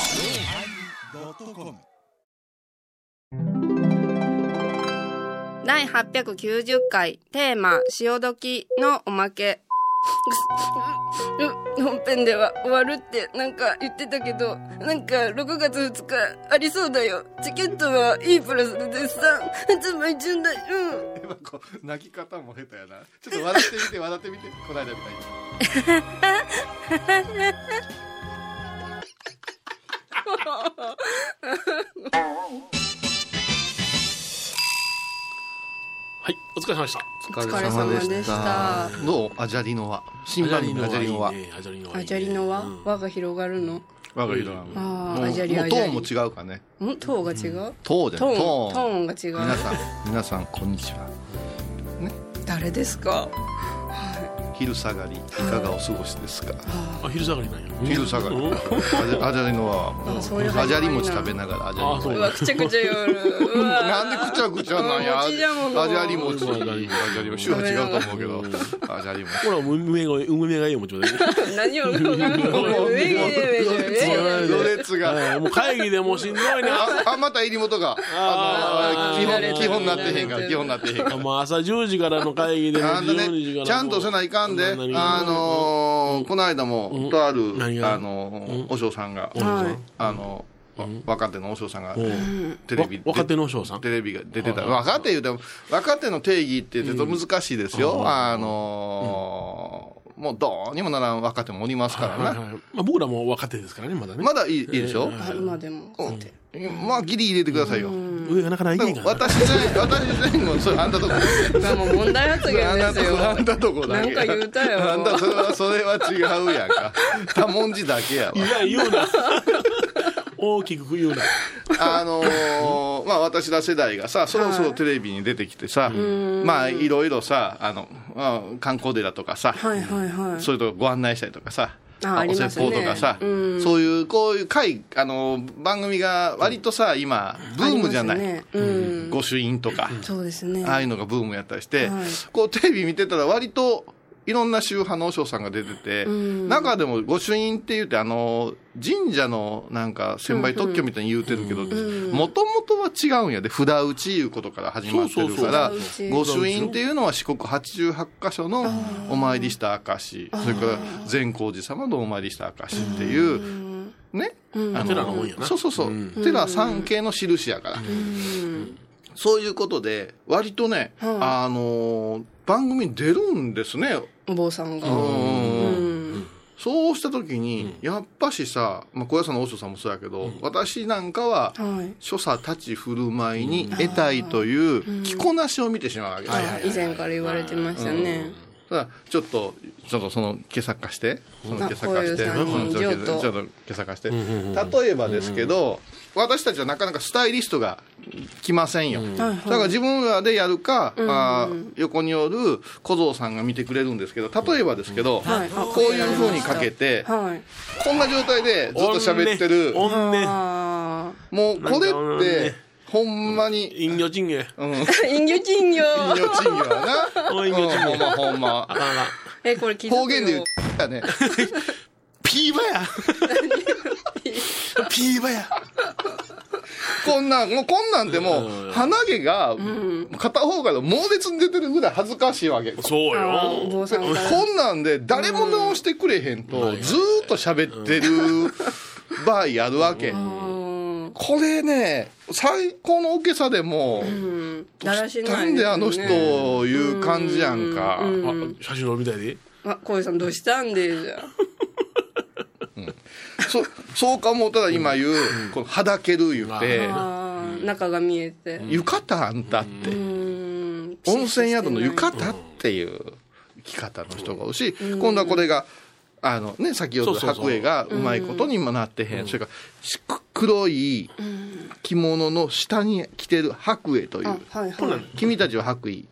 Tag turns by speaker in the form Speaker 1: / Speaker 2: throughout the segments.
Speaker 1: yosmir
Speaker 2: 第890回テーマ「潮時」のおまけうっうっ本編では終わるってなんか言ってたけどなんか6月2日ありそうだよチケットは E プラスで絶賛発売中だうん
Speaker 3: 今こう泣き方も下手やなちょっと笑ってみて笑ってみてこないだみたいに
Speaker 4: はい、お疲れ様でした。
Speaker 3: お
Speaker 2: 疲れ様でした
Speaker 3: どうアジャリノは新番組アジャリノは
Speaker 4: アジャリノは。
Speaker 2: アジャリの輪輪が広がるの
Speaker 3: 我が家のはも
Speaker 2: ああ
Speaker 3: う
Speaker 2: アジャリ
Speaker 3: も
Speaker 2: ア
Speaker 3: う
Speaker 2: ジ
Speaker 3: ト
Speaker 2: ャ
Speaker 3: ー
Speaker 2: リ
Speaker 3: ンも違うからね
Speaker 2: ん塔が違う
Speaker 3: トーで
Speaker 2: トーン
Speaker 3: ト
Speaker 2: ト
Speaker 3: ーン
Speaker 2: ーンが違
Speaker 3: 皆
Speaker 2: う
Speaker 3: さん皆さんこんにちは
Speaker 2: 誰ですか
Speaker 3: 昼下がりいかがお過ごしですか
Speaker 4: あ、昼下がりなんや。
Speaker 3: 昼下がり
Speaker 4: う
Speaker 3: ア
Speaker 4: ん
Speaker 3: ジャアジャリノはもう
Speaker 2: あそういう
Speaker 3: アジャリ餅食べながらアジャリ
Speaker 4: あそう
Speaker 2: う
Speaker 3: 餅
Speaker 2: わくちゃくちゃ夜うわ
Speaker 3: なんでくちゃくちゃなんやア
Speaker 2: 餅
Speaker 3: ジ
Speaker 2: じゃもの
Speaker 3: ャリ餅ア
Speaker 4: うん
Speaker 3: ジャリ餅種類違うと思うけどアジャリ餅
Speaker 4: ほら、もう梅が、梅がいいもんちょ うだい。
Speaker 2: 何を上げて 上げ
Speaker 3: 行列が
Speaker 4: はいもう会議でもうしんどいな。
Speaker 3: ああまた入り元があの
Speaker 4: あ
Speaker 3: 基
Speaker 4: ー
Speaker 3: 本基本なってへんから基本なってへんから
Speaker 4: もう朝10時からの会議でも
Speaker 3: あんた
Speaker 4: 12時か
Speaker 3: ね
Speaker 4: ら。
Speaker 3: ちゃんとせないかんで
Speaker 4: そなに
Speaker 3: あのーこの間もとある
Speaker 4: 何が
Speaker 3: あのー和尚さんが
Speaker 2: はい
Speaker 3: あのー若手の和尚さんが
Speaker 4: ん
Speaker 3: テレビ
Speaker 4: わ若手の翔さん
Speaker 3: テレビが出てた若手言うても若手の定義ってちょっと難しいですよあのーもうどうにもならん若手もおりますから
Speaker 4: はい
Speaker 3: な
Speaker 4: はいまあ僕らも若手ですからね、まだね。
Speaker 3: まだいいいいでしょ
Speaker 2: 今でも
Speaker 3: うんまあギリ入れてくださいよ
Speaker 4: 上がなかなかい い
Speaker 3: でも
Speaker 4: からな。
Speaker 3: 私前私前後それあん たとこ
Speaker 2: 今もう問題発
Speaker 3: あん
Speaker 2: 言
Speaker 3: た
Speaker 2: です
Speaker 3: と
Speaker 2: よ
Speaker 3: こあんたとこだ け
Speaker 2: なんか言うたよ
Speaker 3: あんたそれはそれは違うやんか多文字だけやわ
Speaker 4: いや、言うな。 大きく言うな。
Speaker 3: あのーまあ私ら世代がさそろそろテレビに出てきてさ、まあいろいろさあの、まあ観光寺とかさ、
Speaker 2: はいはいはい
Speaker 3: そういうとこご案内したりとかさ
Speaker 2: あ
Speaker 3: ま
Speaker 2: あり
Speaker 3: お
Speaker 2: ますね
Speaker 3: 説法とかさ、そういうこういう会あの番組が割とさ今ブームじゃない、
Speaker 2: ねうん
Speaker 3: 御朱印とか、
Speaker 2: そうですね
Speaker 3: ああいうのがブームやったりして、
Speaker 2: はい
Speaker 3: こうテレビ見てたら割といろんな宗派の和尚さんが出てて、中でも御朱印って言ってあの神社のなんか専売特許みたいに言うてるけどもともとは違うんやで札打ちいうことから始まってるから
Speaker 2: そうそうそう
Speaker 3: 御朱印っていうのは四国88箇所のお参りした証それから善光寺様のお参りした証っていうねあ
Speaker 4: 寺のもんやな
Speaker 3: そうそうそう、寺三系の印やから。そういうことで、割とね、あのー番組に出るんですね。
Speaker 2: お坊さんが
Speaker 3: うんそうした時に、やっぱしさ、まあ、小屋さんの和尚さんもそうやけど、私なんかは、
Speaker 2: はい
Speaker 3: 所作立ち振る舞いに得たいという着こなしを見てしまうわけです、
Speaker 2: 以前から言われてましたね
Speaker 3: ただちょっとちょっとその毛作化してその毛作化
Speaker 2: あこうい
Speaker 3: し
Speaker 2: う
Speaker 3: て
Speaker 2: 三人
Speaker 3: ちょっと
Speaker 2: 上等
Speaker 3: ちょっと毛作化して例えばですけど私たちはなかなかスタイリストが来ませんよだから自分らでやるかあー横におる小僧さんが見てくれるんですけど例えばですけどこ
Speaker 2: はいあ
Speaker 3: ういうふうにかけて
Speaker 2: はい
Speaker 3: こんな状態でずっと喋ってる
Speaker 4: おんね。
Speaker 2: あ
Speaker 3: もうこれ
Speaker 4: なんかあの
Speaker 3: って
Speaker 4: ね
Speaker 3: ほんまに
Speaker 4: 飲料賃金。
Speaker 2: あ飲魚金 魚
Speaker 3: 金魚賃金は な
Speaker 4: おい金魚
Speaker 3: うんほんまほんま
Speaker 4: あらら。
Speaker 2: えこれ聞い
Speaker 3: 方言で言ったね
Speaker 4: ピーバや。 ピーバや。
Speaker 3: こんなん、もうこんなんでも
Speaker 4: う、ん
Speaker 3: 鼻毛が、片方から猛烈に出てるぐらい恥ずかしいわけ。
Speaker 4: そう
Speaker 2: お
Speaker 4: よ。
Speaker 2: 坊さんから
Speaker 3: こんなんで、誰も直してくれへんと、ずーっと喋ってる場合あるわけ。
Speaker 2: うん
Speaker 3: これね、最高の大けさでも、
Speaker 2: だらし
Speaker 3: な
Speaker 2: ない
Speaker 3: んであの人いう感じやんか。
Speaker 4: あ写真撮るみたいで。
Speaker 2: あ小江さんどうしたんでじゃ
Speaker 3: そそうか思うたら今言う、このはだける言って
Speaker 2: あ、あー中が見えて
Speaker 3: 浴衣あんたって。
Speaker 2: うん
Speaker 3: 温泉宿の浴衣っていう着方の人が多いし、今度はこれが、あのね、先ほど
Speaker 4: そうそうそう
Speaker 3: 白衣がうまいことにもなってへん。それからし、黒い着物の下に着てる白衣とい
Speaker 2: あ
Speaker 3: う。
Speaker 2: はいはい
Speaker 3: 君たちは白衣。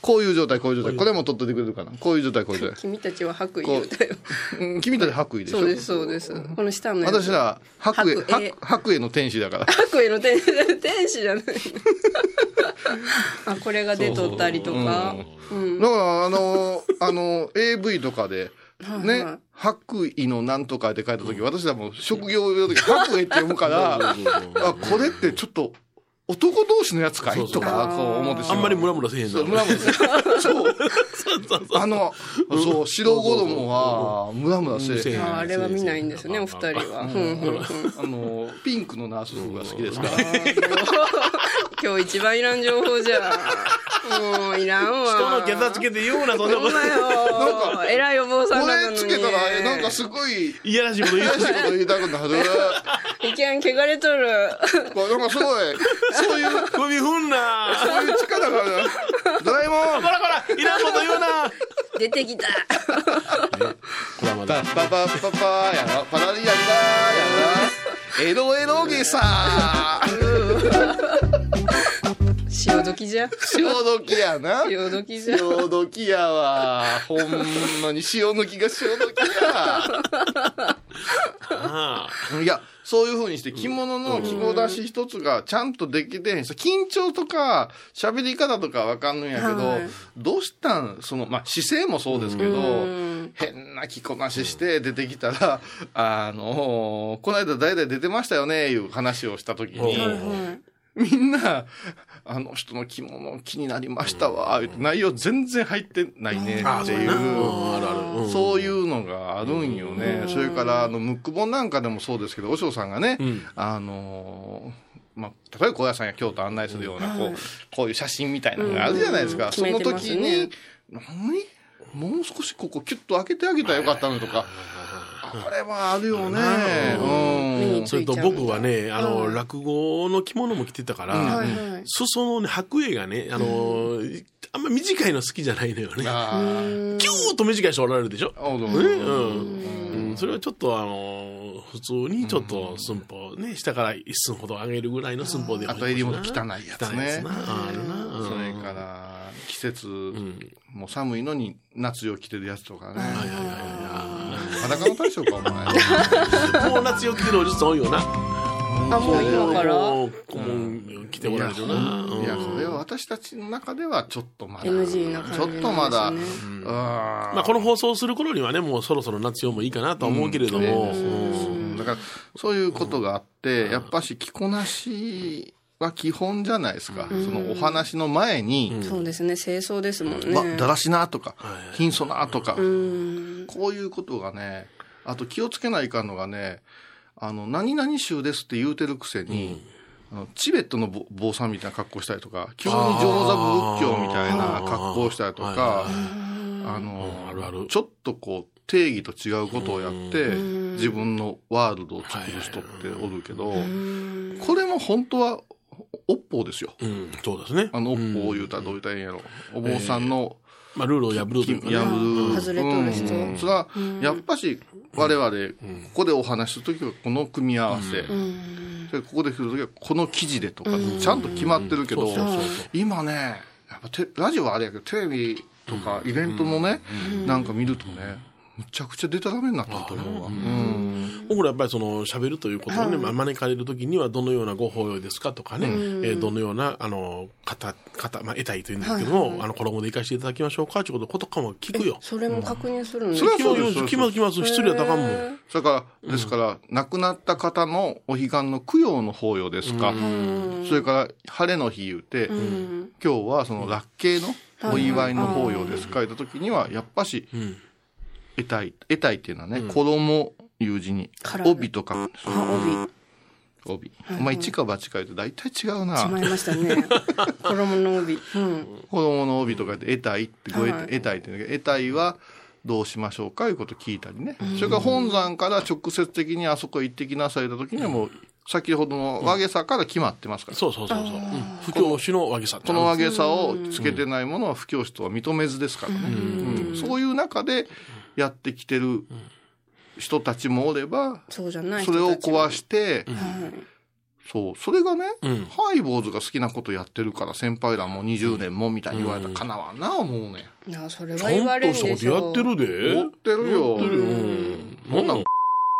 Speaker 3: こういう状態、こういう状態。これも取っといてくれるかな。こういう状態、こういう状態。
Speaker 2: 君たちは白衣だよ
Speaker 3: うん君たち白衣でしょ。
Speaker 2: そうですそうですこの下のやつ
Speaker 3: 私ら白衣
Speaker 2: 白衣
Speaker 3: 白白衣の天使だから。
Speaker 2: 白衣の天 使天使じゃない あこれが出とったりとか
Speaker 3: だから、あの、あの、AV とかで、
Speaker 2: はい
Speaker 3: ね
Speaker 2: はい、
Speaker 3: 白衣のなんとかで書いた時、私はもう職業用で白衣って読むから、
Speaker 4: そうそうそう
Speaker 3: あ、これってちょっと男同士のやつか
Speaker 4: そ
Speaker 3: いう
Speaker 4: そう
Speaker 3: とか、こう思ってしま
Speaker 4: あ
Speaker 3: う。
Speaker 4: んまりムラムラせえへん
Speaker 3: そう、
Speaker 4: な。
Speaker 3: ムラム ラする。そう。
Speaker 4: そうそう
Speaker 3: あの、そう、白子供は、ムラムラして、
Speaker 4: うん
Speaker 2: ああれは見ないんですね、お二人は。うんうんうん
Speaker 3: あの、ピンクのナース服が好きですから。
Speaker 2: 今日一番いらん情報じゃん。もういらんわ。
Speaker 4: 人の桁つけて言うな、そんな
Speaker 2: ほ
Speaker 4: こ
Speaker 2: んま
Speaker 4: と。
Speaker 2: よ。
Speaker 3: なんか
Speaker 2: 偉いお坊さん
Speaker 3: こ
Speaker 2: なの
Speaker 3: れ
Speaker 2: に。
Speaker 3: つけたら、なんかすごい、
Speaker 4: いやらしいこと言う
Speaker 3: 大。したこと言いたく なる。
Speaker 2: いけん、汚れとる。
Speaker 3: これなんかすごい、そういう、
Speaker 4: 首踏んな。
Speaker 3: そういう力がある。ドラえもん
Speaker 4: こらこら、いらんこと言うな。
Speaker 2: 出てきた。
Speaker 4: こら
Speaker 3: パ
Speaker 4: まだ。
Speaker 3: ッパパッパパーやろ、パラリラリラーやろ、エロエロゲさー。
Speaker 2: 潮時じゃ。
Speaker 3: 潮時やな。
Speaker 2: 潮時じゃ。
Speaker 3: 潮時やわ。ほんまに潮抜きが潮時や。
Speaker 4: ああ
Speaker 3: いや、そういう風にして着物の着こ出し一つがちゃんとできてへんし、緊張とか喋り方とかわかんのんやけど、
Speaker 2: はい
Speaker 3: どうしたんその、まあ、姿勢もそうですけど、
Speaker 2: うん
Speaker 3: 変な着こなしして出てきたら、あの、この間代々出てましたよね、いう話をした時に、
Speaker 4: うん
Speaker 2: はい
Speaker 3: みんな、あの人の着物気になりましたわ、言うて内容全然入ってないね、
Speaker 4: ああ、
Speaker 3: って
Speaker 4: そうや
Speaker 3: い
Speaker 4: な。う
Speaker 3: う。
Speaker 4: んあるある。ん
Speaker 3: そういうのがあるんよね。それから、あの、ムック本なんかでもそうですけど、和尚さんがね、
Speaker 4: ん
Speaker 3: あのーまあ、例えば高野山や京都を案内するような、こう、こういう写真みたいなのがあるじゃないです
Speaker 2: う
Speaker 3: か。
Speaker 2: ん
Speaker 3: その
Speaker 2: 決めてます
Speaker 3: 時
Speaker 2: ね
Speaker 3: に、何もう少しここキュッと開けてあげたらよかったのとか、あれはあるよね。うん。
Speaker 4: それと僕はね、あの、落語の着物も着てたか
Speaker 2: は
Speaker 4: ら
Speaker 2: いはい、
Speaker 4: 裾のね、白衣がね、あの、あんま短いの好きじゃないのよね。
Speaker 3: あー
Speaker 4: キューッと短い人おられるでしょ。
Speaker 3: あーどう
Speaker 4: ね
Speaker 3: も
Speaker 4: うんうんそれはちょっとあの普通にちょっと寸法ね下から一寸ほど上げるぐらいの寸法で
Speaker 3: あと襟元汚いやつ
Speaker 4: 汚いや
Speaker 3: ね
Speaker 4: つ。なあるなうん
Speaker 3: それから、季節、もう寒いのに夏を着てるやつとかね。
Speaker 4: いやいや
Speaker 3: 裸の大将か、お前。
Speaker 4: いやもう夏よ来てるおじさん多いよな
Speaker 2: あ、もう今から。
Speaker 4: もうこう来ておられるよなうん
Speaker 3: いや、これは私たちの中ではちょっとまだ。
Speaker 2: NG な感じ
Speaker 3: ちょ
Speaker 2: なん
Speaker 3: っ
Speaker 2: ですね
Speaker 3: とまだ。
Speaker 2: うん
Speaker 4: ま
Speaker 3: ま
Speaker 4: あこの放送する頃にはねもうそろそろ夏用もいいかなとは思うけれどもうん
Speaker 3: だから、そういうことがあって、やっぱし着こなしは基本じゃないですか。そのお話の前に、
Speaker 2: そうですね、清掃ですもん
Speaker 3: わ、
Speaker 2: ね。
Speaker 3: だらしなとか
Speaker 4: は、い
Speaker 3: 貧相なとか、
Speaker 2: うん。
Speaker 3: こういうことがね、あと気をつけないかんのがね、あの、何々州ですって言うてるくせに、あのチベットのぼ坊さんみたいな格好したりとか、急に上座部仏教みたいな格好をしたりとか、あの、
Speaker 4: あるある
Speaker 3: ちょっとこう、定義と違うことをやって、自分のワールドを作る人っておるけど、これも本当は、お法ですよ。
Speaker 4: うんそうですね
Speaker 3: あの、おっぽを言うたらどう言ったらいいんやろ。お坊さんの、
Speaker 4: まあルールを破るというか
Speaker 3: や
Speaker 4: ね
Speaker 3: ぶ
Speaker 2: 外れとる人
Speaker 3: うんそれは、やっぱし、我々、ここでお話しするときはこの組み合わせ。それここで来るときはこの記事でとか、ちゃんと決まってるけど
Speaker 4: そうそうそうそ、
Speaker 3: 今ね、やっぱテラジオはあれやけど、テレビとかイベントのね、なんか見るとね、むちゃくちゃデタラメになってると思うわ。うん
Speaker 4: 僕らやっぱりその喋るということをね、まあ招かれるときにはどのようなご法要ですかとかね、えーどのような、あの、方、方、まあ、得体というんですけども、あの、衣で行かせていただきましょうかということことかも聞くよ。
Speaker 2: それも確認するんです
Speaker 3: それは
Speaker 4: 気
Speaker 3: そ
Speaker 4: ま
Speaker 3: うです
Speaker 4: ず、気まず、気まず、失礼は高んもん。
Speaker 3: それから、ですから、亡くなった方のお彼岸の供養の法要ですか、それから、晴れの日言うて、今日はその落慶のお祝いの法要ですか、言った時には、やっぱし、
Speaker 4: ん
Speaker 3: 得体、得体っていうのはね、衣いう字に
Speaker 2: か、ら
Speaker 3: 帯と書くんですよ
Speaker 2: あ、
Speaker 3: 帯。お前、一か八か言うと大体違うな。
Speaker 2: 帯。しまいましたね。衣の帯。うん。
Speaker 3: 子供の帯とか言って、得体って、ごえ
Speaker 2: はい
Speaker 3: 得体って言うんだけど、得体は、どうしましょうかいうことを聞いたりね。それから本山から直接的にあそこ行ってきなさいた時にはもう、先ほどの和げさから決まってますから。
Speaker 4: そうそうそうそう。うん不教師の和げさって
Speaker 3: この和げさをつけてないものは不教師とは認めずですからね。うんそういう中でやってきてる人たちもおれば、
Speaker 2: そうじゃない
Speaker 3: そ
Speaker 2: 人
Speaker 3: れを
Speaker 2: たちが。
Speaker 3: 壊して、そう、それがね、ハイボーズが好きなことやってるから先輩らも20年もみたいに言われたらかなわんな思うねん。
Speaker 2: いや、それ
Speaker 4: ち
Speaker 2: は言わ
Speaker 4: ゃん
Speaker 2: れ
Speaker 4: と
Speaker 2: る
Speaker 4: した
Speaker 2: で
Speaker 4: こと
Speaker 2: しょ
Speaker 4: やってるで。
Speaker 3: 思ってるよ。
Speaker 4: うん。
Speaker 3: こんなん
Speaker 4: な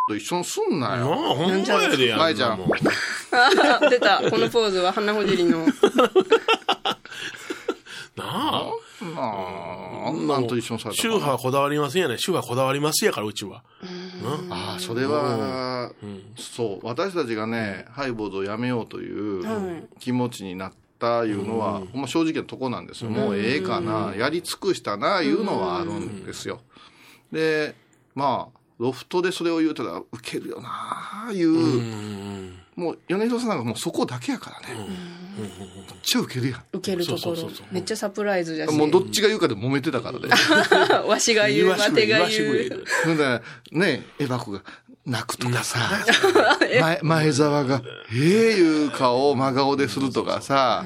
Speaker 3: と一緒にすんな
Speaker 4: あ、
Speaker 3: よ。
Speaker 4: ほんまやでや
Speaker 3: 舞ちゃん
Speaker 4: もう
Speaker 2: あ 出た。このポーズは鼻ほじりの。
Speaker 4: なあ。
Speaker 3: あんんなんと一緒にされた
Speaker 4: 宗
Speaker 3: のか
Speaker 4: 派
Speaker 3: な
Speaker 4: はこだわりませんやね。宗派はこだわりますやから、うちは。うん
Speaker 3: ああ、それは、そう、私たちがね、ハイボーズをやめようという
Speaker 2: はい
Speaker 3: 気持ちになったいうのは、ほんま正直なとこなんですよ。もうええかな、やり尽くしたな、いうのはあるんですよ。で、まあ、ロフトでそれを言うたら、ウケるよな、いう、
Speaker 4: うん。
Speaker 3: もう、米広さんなんかもうそこだけやからね。めっちゃウケるや
Speaker 2: 受けるとこ
Speaker 4: そうそう
Speaker 2: ろ
Speaker 4: そうそう
Speaker 2: めっちゃサプライズじゃ
Speaker 3: ん。
Speaker 2: し
Speaker 3: もうどっちが言うかで揉めて たからね。
Speaker 2: わしが言うわてが言
Speaker 4: 言わしてくれ
Speaker 2: う
Speaker 3: ほんだら、ね、エバコが泣くとか さ、前前澤が、ええいう顔を真顔でするとかさ、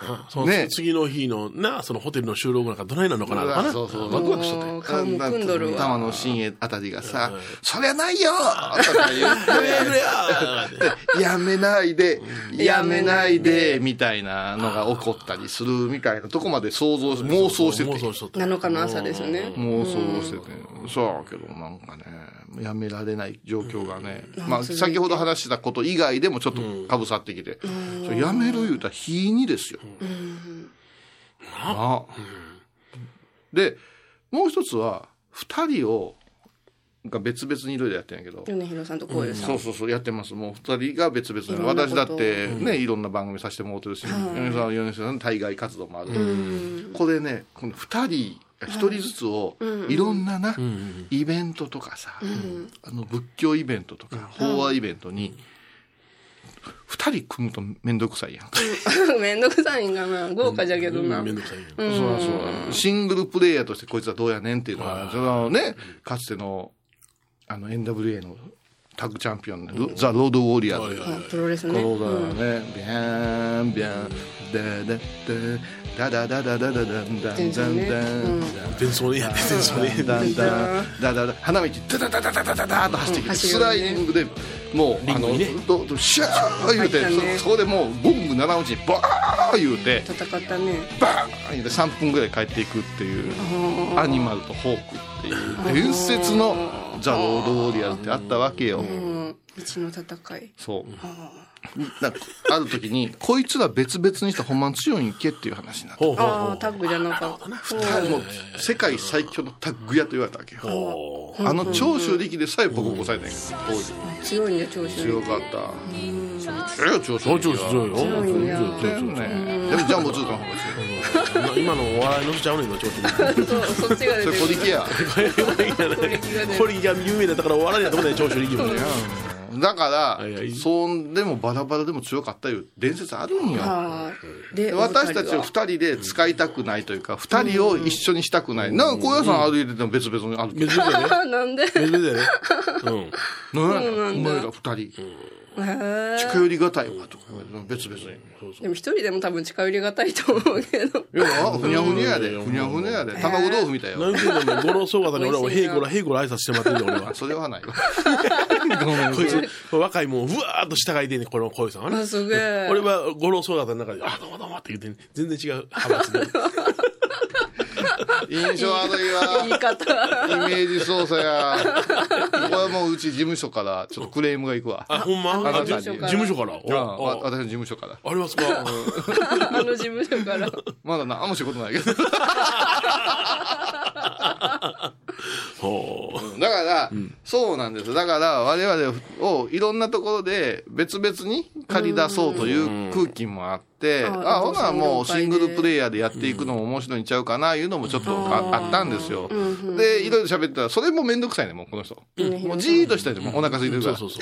Speaker 4: あその
Speaker 3: ね
Speaker 4: 次の日のな、そのホテルの収録なんかどないなのかなとかな。
Speaker 3: そうそう
Speaker 4: ワクワクしとったよ
Speaker 2: もう顔も組んどるわ
Speaker 3: 玉の深夜あたりがさ、そりゃないよとか言
Speaker 4: やめ
Speaker 3: っ
Speaker 4: ろやーって
Speaker 3: て、やめないで、やめないで、みたいなのが起こったりするみたいなとこまで想像し、妄想してて。
Speaker 4: 妄想しとったよ
Speaker 2: 7日の朝ですよね
Speaker 3: 妄想してて、そうやけどなんかねやめられない状況がね、まあ先ほど話したこと以外でもちょっとかぶさってきて、それやめる言うたら非にですよ、なあでもう一つは二人をが別々にいろいろやってんやけど、
Speaker 2: 米広さんと光栄さん
Speaker 3: そうそうそうやってますもう二人が別々
Speaker 2: い
Speaker 3: に
Speaker 2: ろんなこ
Speaker 3: 私
Speaker 2: と
Speaker 3: だってねいろんな番組させてもらってるし、米沢米沢さんの対外活動もある、これねこの二人一人ずつをいろんなな、イベントとかさ、あの仏教イベントとか法話イベントに二人組むと面倒くさいやんか、
Speaker 2: めんどくさいんかな豪華じゃけどな、
Speaker 4: めんどくさいよ。
Speaker 3: そうだそうだシングルプレイヤーとしてこいつはどうやねんっていうのは、そのね、かつての、あの NWA のタッグチャンピオンの、ザ・ロード・ウォリアーズ。
Speaker 2: あプロレスね
Speaker 3: そうだよね。ビャーン、ビャーン、ダダダダダダダダダンダンダンダン
Speaker 4: 伝送でやって、伝送で。
Speaker 3: ダンダンダダダ花道ダダダダダダダダーッと走ってきてスライディングでもうあのどどシャー言うてそそこでもうボング七落ちにバー言うて
Speaker 2: 戦ったね
Speaker 3: バーンで3分ぐらい帰っていくっていうアニマルとホークっていう伝説のザ・ロード・ウォリアーズってあったわけよ
Speaker 2: うん一の戦い
Speaker 3: そうなんかある時にこいつら別々にした本番強いに行けっていう話になって
Speaker 4: ほうほう
Speaker 2: ああタッグじゃなかった
Speaker 3: もう世界最強のタッグ屋と言われたわけよ
Speaker 4: ほ
Speaker 3: あの長州力でさえ僕ボコされたんやから当時
Speaker 2: 強いんだ長州
Speaker 3: 強かった強い強い
Speaker 4: そう。強い強いよ。
Speaker 2: 強いんや
Speaker 4: 強い強い強い
Speaker 3: ねでもジャンボ2の方が強い
Speaker 4: 今のお笑いの人ちゃうねんの、ちょっ
Speaker 2: そうそっちが出て
Speaker 3: それ小
Speaker 2: る
Speaker 3: 力や
Speaker 4: と。これが有名だったからお笑いだと思うね、長州力もね。
Speaker 3: だか
Speaker 4: いはい
Speaker 3: らそんでもバラバラでも強かったいう伝説あるんよ
Speaker 2: はいで
Speaker 3: 私たち
Speaker 2: お
Speaker 3: を
Speaker 2: 二人は
Speaker 3: 二人で使いたくないというか二人を一緒にしたくないなんか高野山歩いてても別々にあるけ
Speaker 4: 珍しいよね。
Speaker 2: あ なんで
Speaker 4: 珍しいよね。うん。
Speaker 3: どなんやお前ら二人近寄りがたいわとか別々に
Speaker 2: でも一人でも多分近寄りがたいと思うけ ど
Speaker 3: いやふにゃふにゃやでふにゃふにゃやで卵豆腐みたいよ
Speaker 4: 何ていうのも、五郎総方に俺は、ヘイゴラ、ヘイゴラ挨拶してもらってるんで、俺は。
Speaker 3: それはない わ
Speaker 4: こいつ、若いもん、うわーっと従いてんねんこの小さんはね
Speaker 2: あ。すげえ
Speaker 4: 俺は五郎総方の中で、あ、どうもどうもって言ってんねん全然違う派閥で。
Speaker 3: 印象悪いわ
Speaker 2: 言い方
Speaker 3: イメージ操作や。これはもううち事務所からちょっとクレームがいくわ。
Speaker 4: あ、ほんま
Speaker 3: あ
Speaker 4: あじ
Speaker 3: 事
Speaker 4: 事
Speaker 3: 務所
Speaker 2: から
Speaker 4: 務所から。
Speaker 3: うん
Speaker 4: お
Speaker 3: わ
Speaker 4: お
Speaker 3: 私の事務所から。
Speaker 4: ありますか
Speaker 2: あの事務所から
Speaker 3: まだ何もしたことないけど。だか
Speaker 4: ほう
Speaker 3: ら、そうなんです。だから、我々をいろんなところで別々に借り出そうという空気もあって、
Speaker 2: うん
Speaker 3: あ、
Speaker 2: あ
Speaker 3: ほなもう
Speaker 2: そうい
Speaker 3: シ
Speaker 2: う
Speaker 3: ン
Speaker 2: 了解で
Speaker 3: グルプレイヤーでやっていくのも面白いんちゃうかな、いうのもちょっとああったんですよ。で、いろいろ喋ってたら、それもめんどくさいね、もうこの人。もうじーっとしたいでもうお腹空いてるか
Speaker 4: そ
Speaker 3: ら
Speaker 4: う。そうそう。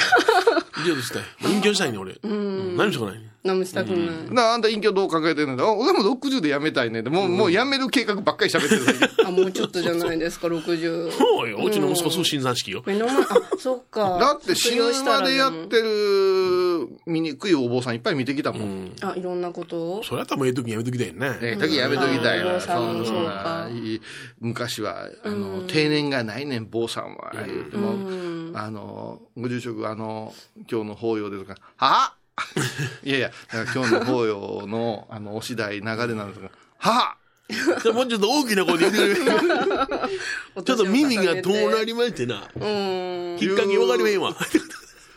Speaker 4: 勉強したい。勉強したいね、俺。何もしたくないね。
Speaker 2: 何もしたくない
Speaker 3: なあんた隠居どう考えてるんだあ俺も60で辞めたいねんでもう、もう辞める計画ばっかり喋ってるだけ
Speaker 2: あもうちょっとじゃないですか60
Speaker 4: そうよ。うちの息子すぐ新山式よ。
Speaker 2: 目の前あそっか
Speaker 3: だって死ぬ
Speaker 2: した
Speaker 3: ま
Speaker 2: ら
Speaker 3: でやってる醜いお坊さんいっぱい見てきたもん、
Speaker 2: あいろんなことを
Speaker 4: それやったらもうええ時にやめときたいよね。
Speaker 3: ええ時やめときたい
Speaker 2: うん
Speaker 3: わ、
Speaker 2: 坊さん
Speaker 3: そ
Speaker 2: も
Speaker 3: んな
Speaker 2: そうか
Speaker 3: いい昔はあの、定年がないねん坊さんは、言うてもあのご住職あの今日の法要でとか「はあ! 」 いやいやなんか今日の法要のあのお次第流れなんですが「はあ!」
Speaker 4: じゃあもうちょっと大きな声で言ってくれる。ちょっと耳が遠なりましてな。
Speaker 2: うん
Speaker 4: 引っ掛けよがりめんわ。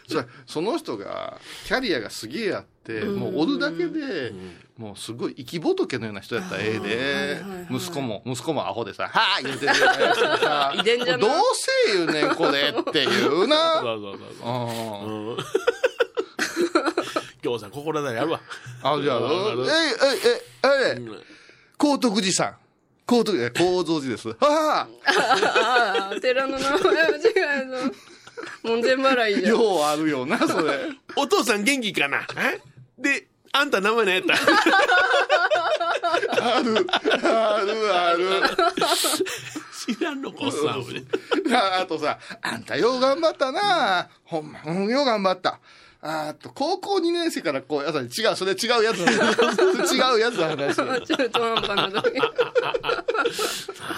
Speaker 3: そらその人がキャリアがすげえあって、もうおるだけで、もうすごい生き仏のような人やったらええ
Speaker 2: あーはいはい
Speaker 3: で、息子も、息子もアホでさ、はぁ言うてるようなやつがさ
Speaker 2: 遺伝じゃな
Speaker 3: どうせ言うねん、これっていう
Speaker 4: そ
Speaker 3: な。
Speaker 4: うそうそうそう
Speaker 3: うん
Speaker 4: うん。餃子さん、心当たりあるわ。
Speaker 3: あ、じゃあ、
Speaker 4: なるほど
Speaker 3: え、え、え、あれ、高徳寺さん。高徳寺、高蔵寺です。はは
Speaker 2: ああ、寺の名前は違うぞ。門前払いじゃん。
Speaker 3: ようあるよな、それ。
Speaker 4: お父さん元気かなえで、あんた名前何やった
Speaker 3: ある、ある、ある。
Speaker 4: 知らんのこっさん。俺
Speaker 3: ああとさ、あんたよう頑張ったなほんま、うん、よう頑張った。あーっと、高校2年生からこう、やつに違う、それ違うやつ の話違うやつの話。
Speaker 2: 中途半端な時。
Speaker 4: あ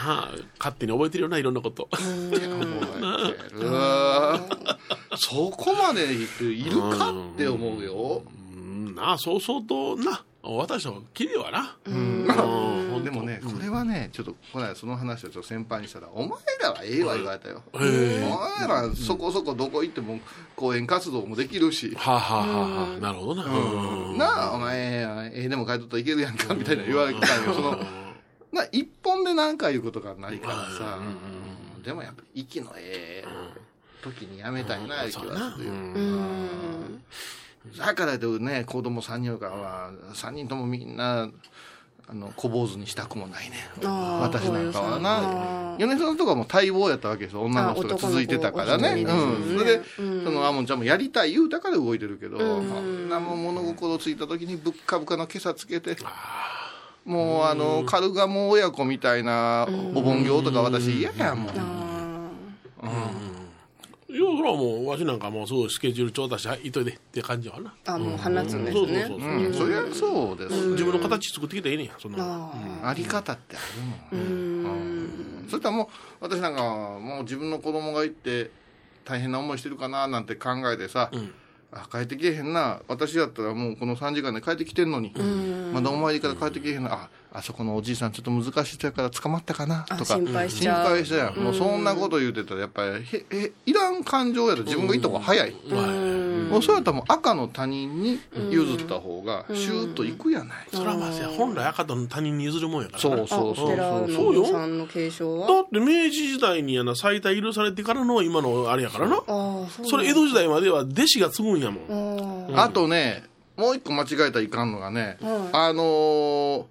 Speaker 4: あ、勝手に覚えてるよな、いろんなこと。
Speaker 3: 覚えてるそこまでいるかって思うよ。
Speaker 4: うん、なあ、そう相当な、私のきりはな。
Speaker 3: まあでもね、これはね、ちょっと、こないだその話をちょっと先輩にしたら、お前らはええわ言われたよ。お
Speaker 4: へえ
Speaker 3: 前らそこそこどこ行っても講演活動もできるし。
Speaker 4: はあ、はあはあはあ、なるほどな。うん
Speaker 3: なあ、お前、ええでも書いとったらいけるやんか、みたいな言われたんよ。その、な、一本で何回言うことがないからさ、うんでもやっぱ、息のええ時にやめたいな、気
Speaker 4: そうや
Speaker 3: は
Speaker 4: な。
Speaker 3: す
Speaker 4: う
Speaker 3: るよ。
Speaker 4: ん
Speaker 2: うん。
Speaker 3: だからでね、子供3人おるからは、3人ともみんな、あの、小坊主にしたくもないね。
Speaker 2: あー
Speaker 3: 私なんかは
Speaker 2: あ
Speaker 3: な
Speaker 2: ー。
Speaker 3: 米さんとかも待望やったわけですよ。女の人が続いてたからね。
Speaker 2: あ男の子
Speaker 3: うん。それで、そのアーモンちゃんもやりたい言うたから動いてるけど、あんなもん物心ついた時にぶっかぶかの今朝つけて、もうあの、カルガモ親子みたいなお盆行とか私嫌やもん。
Speaker 2: あ
Speaker 4: いや、ほらもう、わしなんかもうすぐスケジュール調達していといでって感じはな。
Speaker 2: ーあ、もう放つんです
Speaker 4: そうそう
Speaker 2: ね
Speaker 4: そう。
Speaker 3: う。ん、そりゃそうです。
Speaker 4: 自分の形作ってきたらええねんや、そんなもん。
Speaker 2: あ
Speaker 3: あり方ってあるもんね。うんそれとはもう、私なんか、もう自分の子供がいて、大変な思いしてるかななんて考えてさ、あ、帰ってきてへんな。私だったらもうこの3時間で帰ってきてんのに。まだお参りから帰ってきてへんな。あ、あそこのおじいさんちょっと難しい人やから捕まったかなと
Speaker 2: あ
Speaker 3: か。
Speaker 2: 心配しちゃう
Speaker 3: 心配しちゃうやんもうそんなこと言うてたら、やっぱり、へ、へ、いらん感情やと自分がいいとこ早い。もうそうやったらもう赤の他人に譲った方が、シューッといくやない。
Speaker 4: それはまあせや、本来赤との他人に譲るもんやからな。
Speaker 3: そうそう
Speaker 2: あ。
Speaker 3: そう
Speaker 2: 寺
Speaker 3: そう。
Speaker 2: のさんの継承
Speaker 4: だ
Speaker 2: は
Speaker 4: って明治時代にやな、最大許されてからの今のあれやからな。
Speaker 2: ああ、そう
Speaker 4: それ江戸時代までは弟子が継ぐんやもん。
Speaker 2: あ
Speaker 3: あとね、もう一個間違えたらいかんのがね、
Speaker 2: はい
Speaker 3: あのー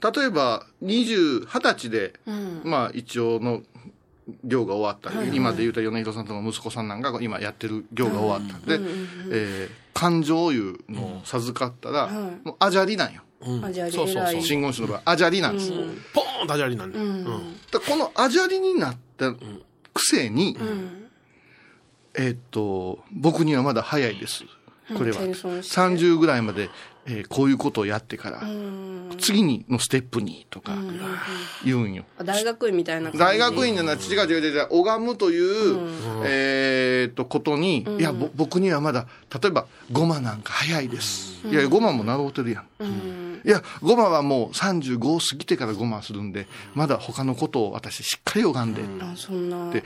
Speaker 3: 例えば、20、20歳で、
Speaker 2: あ。うん。
Speaker 3: まあ一応の行が終わったり、今で言うた米広さんとの息子さんなんかが今やってる行が終わったんで、えー感情いうのを授かったら、
Speaker 2: はい
Speaker 3: もうあじゃりなんよ。
Speaker 4: うん
Speaker 2: あじゃあ
Speaker 4: そうそう
Speaker 2: 偉
Speaker 4: そう
Speaker 2: い。
Speaker 3: 真言宗の場合、あじゃりなんです。だ
Speaker 4: ポーンダジャリなんで。うん
Speaker 3: からこのあじゃりになったくせに、
Speaker 2: うん。
Speaker 3: えーっと、僕にはまだ早いです。これは。
Speaker 2: うん謙遜して
Speaker 3: 30ぐらいまで、えーこういうことをやってから、
Speaker 2: うん。
Speaker 3: 次にのステップにとか言うんよ。
Speaker 2: あ大学院みたいな感じ。
Speaker 3: 大学院じゃない、違う違う違う違う、拝むという、えーっと、ことに、いや、ぼ僕にはまだ、例えば、ゴマなんか早いです。いや、ゴマも習うてるやん。
Speaker 2: うん。
Speaker 3: いや、ゴマはもう35を過ぎてからゴマするんで、まだ他のことを私しっかり拝んで、
Speaker 2: あ、そんな。
Speaker 3: で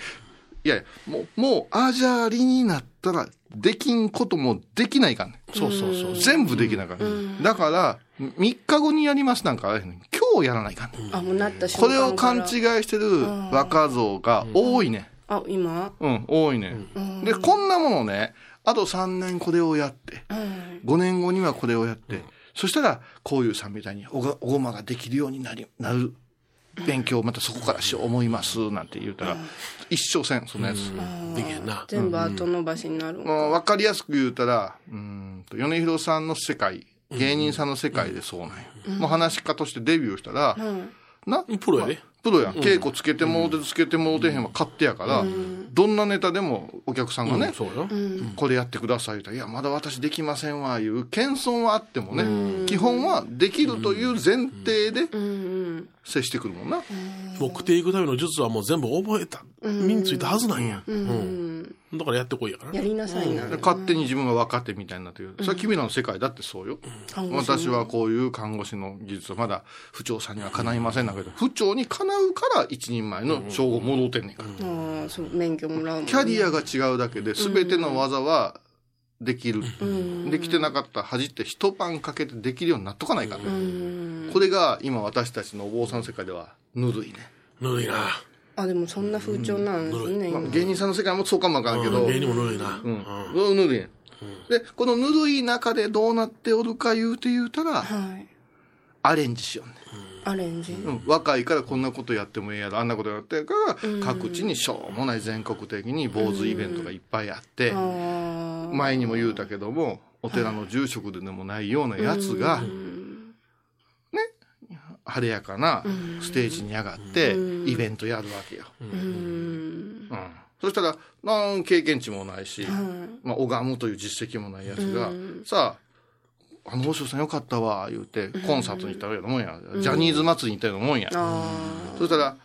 Speaker 3: いやいや、もう、もう、アジャリになったら、できんこともできないかんねん。
Speaker 4: そうそうそう。
Speaker 3: 全部できなかった、だから3日後にやりますなんかあれへんねん今日やらないかんねん、
Speaker 2: あ、もうなった瞬
Speaker 3: これを
Speaker 2: 間か
Speaker 3: 勘
Speaker 2: ら。
Speaker 3: 違いしてる若造が多いね、
Speaker 2: あ、今
Speaker 3: ん、うん多いね、ん、でこんなものねあと3年これをやって
Speaker 2: うん。
Speaker 3: 5年後にはこれをやって、そしたらこういうさんみたいにおがおごまができるようになりなる勉強をまたそこからしよう思いますなんて言うたら、一生せんそんなやつ、
Speaker 4: できへんな。
Speaker 2: 全部後延ばしになる。
Speaker 3: もう分かりやすく言うたら、うーんと、米広さんの世界、芸人さんの世界でそうなんや。もう話し家としてデビューしたら、な、
Speaker 4: プロやで。
Speaker 3: プロやん。稽古つけてもうてつけてもうてへんは勝手やから、どんなネタでもお客さんが
Speaker 4: う
Speaker 3: ね
Speaker 4: ん、そうよ。
Speaker 3: これやってください言うたら、いや、まだ私できませんわ、いう謙遜はあってもね、基本はできるという前提で
Speaker 2: うん
Speaker 3: 接してくるもんな。
Speaker 4: 持っていくための術はもう全部覚えた。身についたはずなんや。うんだからやってこいやから
Speaker 2: うん。や
Speaker 4: な。
Speaker 2: りなさいな。
Speaker 3: 勝手に自分が若手みたいになってくる。それは君らの世界だってそうよ。
Speaker 2: 看護師
Speaker 3: 私はこういう看護師の技術はまだ不調さんにはかないませんだけど、不調にかなうから一人前の称号戻ってんねんから。
Speaker 2: うんああ、そう、免許もらうもんね
Speaker 3: キャリアが違うだけで、すべての技はできる。
Speaker 2: うん
Speaker 3: できてなかった恥って一晩かけてできるようになっとかないから、
Speaker 2: う
Speaker 3: ね
Speaker 2: ん
Speaker 3: これが今私たちのお坊さんの世界ではぬるいね。
Speaker 4: ぬるいな。
Speaker 2: あ、でもそんな風潮なんですね、
Speaker 3: まあ、
Speaker 2: 今
Speaker 3: 芸人さんの世界もそうかもわからんけど、
Speaker 4: う
Speaker 3: うん
Speaker 4: 芸
Speaker 3: ん
Speaker 4: 人もぬるいな。うん。
Speaker 3: うんぬるいねで、このぬるい中でどうなっておるか言うて言うたら、
Speaker 2: はい。
Speaker 3: アレンジしようね。
Speaker 2: アレンジ。
Speaker 3: うん、若いからこんなことやってもええやろあんなことやってやから各地にしょうもない全国的に坊主イベントがいっぱいあって
Speaker 2: ああ。
Speaker 3: 前にも言うたけどもお寺の住職でもないようなやつがね晴れやかなステージに上がってイベントやるわけよ。
Speaker 2: うん。
Speaker 3: うん、そしたらなん経験値もないし、
Speaker 2: はい。
Speaker 3: まあ、拝むという実績もないやつが、さああの和尚さんよかったわ言うてコンサートに行ったようなもんや、ジャニーズ祭りに行ったようなもんや。
Speaker 2: あ
Speaker 3: そしたら、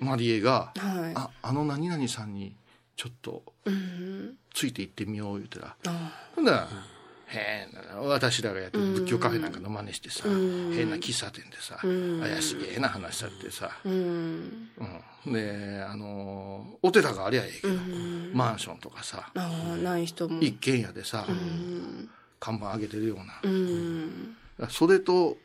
Speaker 3: マリエが、
Speaker 2: あ。はい。
Speaker 3: あ、あの何々さんに、ちょっと、
Speaker 2: うん。
Speaker 3: ついて行ってみよう、言うてら。
Speaker 2: あ
Speaker 3: ほんなら、変な、私らがやってる仏教カフェなんかの真似してさ、変な喫茶店でさ、怪しげな話されてさ、
Speaker 2: あ。うん。
Speaker 3: うん。で、あのー、お寺がありゃええけど、マンションとかさ、
Speaker 2: ああ、ない人も。
Speaker 3: 一軒家でさ、
Speaker 2: うん。
Speaker 3: 看板上げてるよう
Speaker 2: うん。
Speaker 3: な。それと、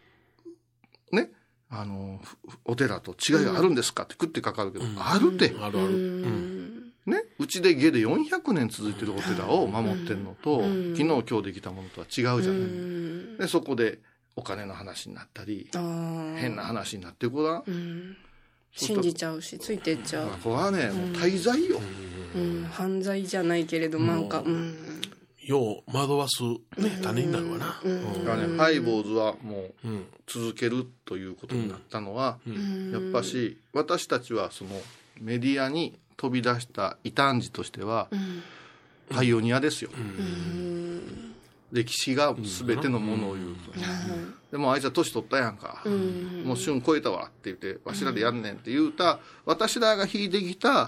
Speaker 3: ね、あのー、ふお寺と違いがあるんですかって食ってかかるけど、あるって。
Speaker 4: あるある。
Speaker 2: うん。
Speaker 3: ね、うちで家で400年続いてるお寺を守ってるのと、
Speaker 2: ん
Speaker 3: 昨日今日できたものとは違うじゃない、
Speaker 2: うん。
Speaker 3: でそこでお金の話になったり
Speaker 2: ああ。
Speaker 3: 変な。話になってこら、
Speaker 2: うん。信じちゃうし、ついてっちゃう。
Speaker 3: これはねもう滞在よ、
Speaker 2: うん。犯罪じゃないけれど、なんか、うん。
Speaker 4: よう惑わす、ね、種になるわな。うん。
Speaker 3: だからねハイボーズはもう
Speaker 4: うん。
Speaker 3: 続けるということになったのは、
Speaker 2: ん
Speaker 3: やっぱし私たちはそのメディアに飛び出した異端児としては、パイオニアですよ、歴史が全てのものを言うと、でもあいつは年取ったやんか、もう旬超えたわって言ってわしらでやんねんって言うた、私らが引いてきた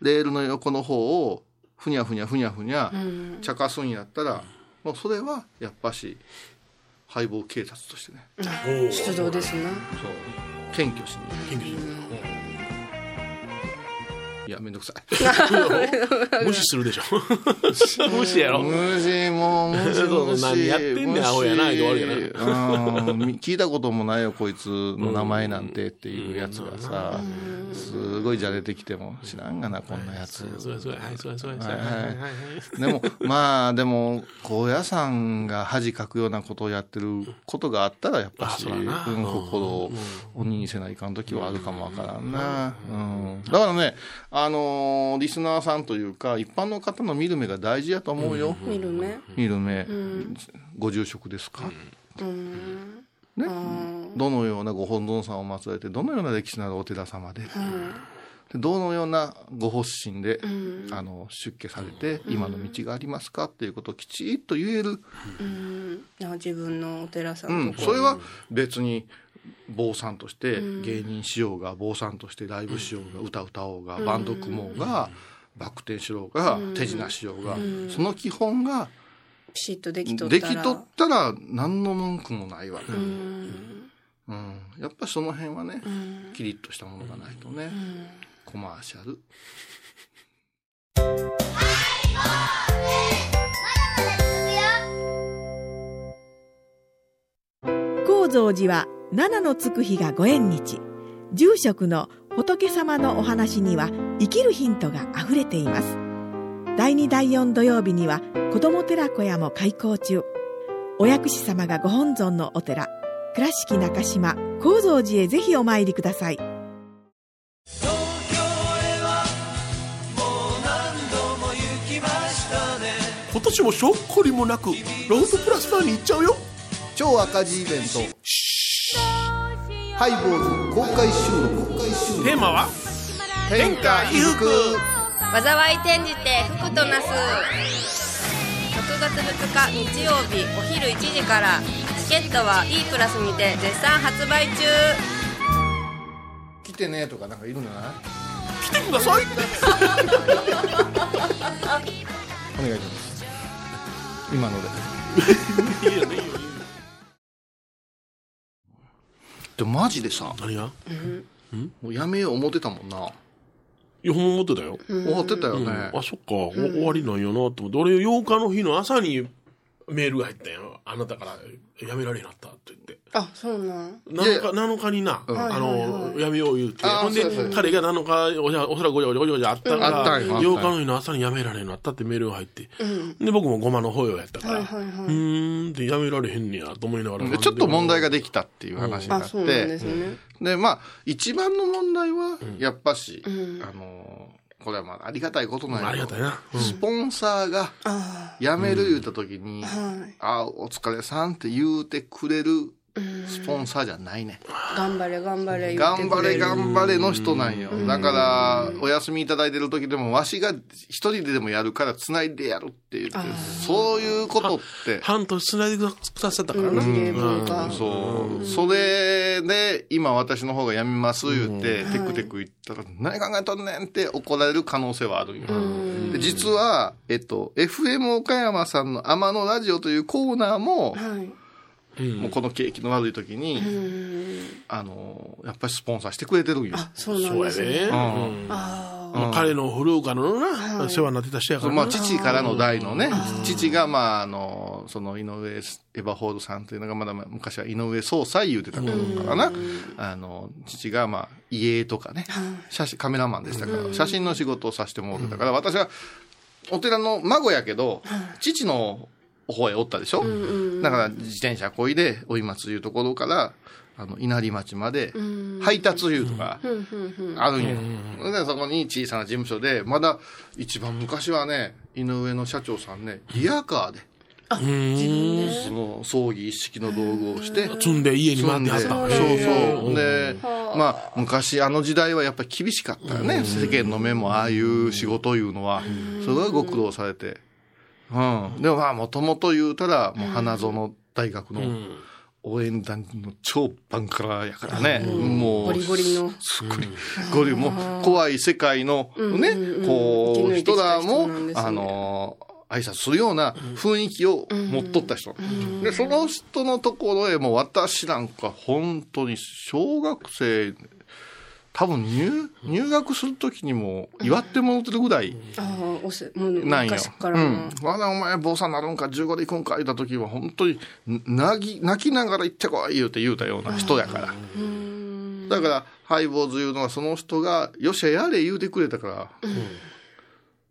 Speaker 3: レールの横の方をふにゃふにゃふにゃふにゃ茶化すんやったら、もうそれはやっぱし敗北警察としてね
Speaker 4: おお。
Speaker 2: 出動ですな。
Speaker 3: そう検挙しに
Speaker 4: 研究
Speaker 3: いやめんどくさい
Speaker 4: して無視するでしょ。 無視やろ。
Speaker 3: 無視もう無視
Speaker 4: そう
Speaker 3: 無視
Speaker 4: 何やってんねん
Speaker 3: 無視
Speaker 4: 青やなで終わるやな
Speaker 3: うんみ聞いたこともないよこいつの名前なんてっていうやつがさすごいじゃれてきても知らんがなこんなやつ
Speaker 4: それそれ、はい、それそれ、そ
Speaker 3: は
Speaker 4: れ、
Speaker 3: い
Speaker 4: はい、はい、はい。
Speaker 3: でもまあでも高野山が恥かくようなことをやってることがあったらやっぱし、
Speaker 4: あそうら
Speaker 3: ん、
Speaker 4: な
Speaker 3: 心を鬼にせないかん時はあるかもわからんな、うん、だからねあのーリスナーさんというか一般の方の見る目が大事やと思うよ、
Speaker 2: 見る目。
Speaker 3: 見る目、ご住職ですか、
Speaker 2: うん。
Speaker 3: ねどのようなご本尊さんを祀られてどのような歴史のあるお寺様で,、でどのようなご発信で、あの出家されて、今の道がありますかっていうことをきちっと言える、
Speaker 2: うん。あ、自分のお寺さ
Speaker 3: うんん、
Speaker 2: とこ。
Speaker 3: それは別に坊さんとして芸人しようが坊さんとしてライブしようが歌歌おうがバンド組もうがバック転しようが手品しようがその基本が
Speaker 2: ピシッとできとった
Speaker 3: で
Speaker 2: ら。
Speaker 3: きとったら何の文句もないわね。
Speaker 2: うん。
Speaker 3: うん、やっぱその辺はね、キリッとしたものがないとね、コマーシャル
Speaker 1: 高蔵寺は七のつく日がご縁日住職の仏様のお話には生きるヒントがあふれています第2第4土曜日には子ども寺小屋も開校中お薬師様がご本尊のお寺倉敷中島・高蔵寺へぜひお参りください
Speaker 4: 今年もしょっこりもなく、ロードプラスターに行っちゃうよ。
Speaker 5: 超赤字イベントハイボール公開収録公開収録
Speaker 4: テーマは、
Speaker 3: 天下
Speaker 4: 衣服
Speaker 2: 災い転じて福となす6月2日日曜日お昼1時からチケットは E プラスにて絶賛発売中
Speaker 3: 来てねとかなんかいるんじゃない
Speaker 4: 来てください。
Speaker 3: お願いします今のででもマジでさ
Speaker 4: 何が。
Speaker 3: もうやめよう思ってたもんな
Speaker 4: いや、ほんま思ってたよ。
Speaker 3: 終わってたよ
Speaker 4: うん
Speaker 3: ね。
Speaker 4: あ、そっか、お終わりなんやなと思って、俺8日の日の朝にメールが入ったんや。あなたからやめられへんなったって言って。
Speaker 2: あ、そうなん。
Speaker 4: 7日 ,7 日にな、あの、やめよう言うて、
Speaker 3: あー
Speaker 4: ほんで
Speaker 3: そうそう、
Speaker 4: 彼が7日、おじゃおそらくごちゃごちゃごちゃごちゃあったか
Speaker 3: あった
Speaker 4: ら、
Speaker 3: ん
Speaker 4: 8
Speaker 3: や
Speaker 4: 日の日の朝にやめられへんなったってメールが入って、で、僕もごまの保養やったから、うーんってやめられへんねやと思いなが
Speaker 3: で
Speaker 4: ら。
Speaker 3: ちょっと問題
Speaker 4: が。
Speaker 3: ができたっていう話にな
Speaker 2: あ、
Speaker 3: っ
Speaker 2: そうなんで
Speaker 3: て
Speaker 2: す、ね。
Speaker 3: で、まあ、一番の問題は、やっぱし、あのー、これはまあ、ありがたいことなんや
Speaker 4: あり
Speaker 3: け
Speaker 4: が
Speaker 3: ど
Speaker 4: たいな。うん
Speaker 3: スポンサーが
Speaker 2: あ
Speaker 3: 辞める言った時に、
Speaker 2: あ、はい。
Speaker 3: あ、お疲れさんって言うてくれるスポンサーじゃないね。
Speaker 2: 頑張れ、頑張れ、言って
Speaker 3: 頑張
Speaker 2: くれ
Speaker 3: れ
Speaker 2: る。
Speaker 3: 頑張れの人なんよ。だから、お休みいただいてる時でも、わしが一人ででもやるから繋いでやるって言って、そういうことって。
Speaker 4: 半年つないでくださったからな。
Speaker 2: ゲームが。
Speaker 3: そう。それで、今私の方がやみます言って、テクテク言ったら、何考えとんねんって怒られる可能性はあるんよ。で実は、えっと、FM 岡山さんの天野ラジオというコーナーも、
Speaker 2: はい。
Speaker 3: もうこの景気の悪い時に、あの、やっぱりスポンサーしてくれてるんよ。
Speaker 2: あ、そうなん
Speaker 4: そう
Speaker 2: で
Speaker 4: や
Speaker 2: す
Speaker 4: ね
Speaker 2: ね。。
Speaker 3: ん
Speaker 4: うん
Speaker 2: あ
Speaker 4: まあ彼の古岡のな、世話になってた人やか
Speaker 3: そ
Speaker 4: ら
Speaker 3: の
Speaker 4: な。
Speaker 3: まあ、父からの代のね、父が、まあ、あの、その井上エヴァホールさんというのが、まだ昔は井上総裁言うてた頃からな、あの、父が、まあ、家とかね、写真、カメラマンでしたから、写真の仕事をさせてもらってたから、私は、お寺の孫やけど、父の方へおったでしょだから、自転車こいで、おい松いうところから、あの、稲荷町まで、配達いうとか、あるんよ。で、そこに小さな事務所で、まだ一番昔はね、井上の社長さんね、リアカーで、その葬儀一式の道具をして、
Speaker 4: 積んで家に
Speaker 3: 積
Speaker 4: 回
Speaker 3: ん
Speaker 4: っ
Speaker 3: で
Speaker 4: てはっ
Speaker 3: そ
Speaker 4: たわ
Speaker 3: う
Speaker 4: け
Speaker 3: そう。で、まあ、昔あの時代はやっぱり厳しかったよね。世間の目もああいう仕事いうのは、すごいご苦労されて。うん。でもまあ、もともと言うたら、もう花園大学の応援団の超バンカラやからね。もう、
Speaker 2: ゴリゴリの
Speaker 3: すっごい、ゴリもう怖い世界のね、こ
Speaker 2: 生
Speaker 3: う、
Speaker 2: き抜いて
Speaker 3: 人
Speaker 2: きた
Speaker 3: ら
Speaker 2: 人
Speaker 3: も
Speaker 2: なんで、すね
Speaker 3: あのー、挨拶するような雰囲気を持っとった人。で、その人のところへもう私なんか本当に小学生、多分入、入学するときにも祝ってもらってるぐらい
Speaker 2: あ、ああ、おせ、もう
Speaker 3: なんよ
Speaker 2: 昔。か
Speaker 3: う
Speaker 2: らの
Speaker 3: ん。。まだお前坊さんなるんか15で行くんか言った時は本当に泣き、泣きながら行ってこい言うて言うたような人やから。だから、ハイボーズいうのはその人がよっしゃやれ言うてくれたから。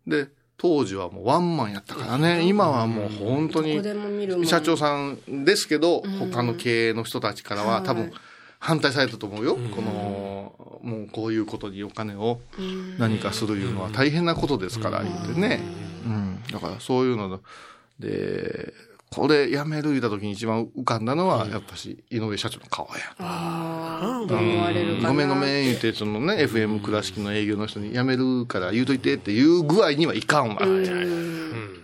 Speaker 3: で、当時はもうワンマンやったからね。今はもう本当
Speaker 2: ど
Speaker 3: に
Speaker 2: こでも見るもん
Speaker 3: 社長さんですけど、他の経営の人たちからは多分反対されたと思うよ。この、もうこういうことにお金を何かするいうのは大変なことですから、言ってね。うん。だからそういうので、これやめる言った時に一番浮かんだのは、やっぱし井上社長の顔や。
Speaker 2: ああ、どう思われるかな。
Speaker 3: ごめんごめん言うて、そのね、FM 倉敷の営業の人に辞めるから言うといてっていう具合にはいかんわ。うん。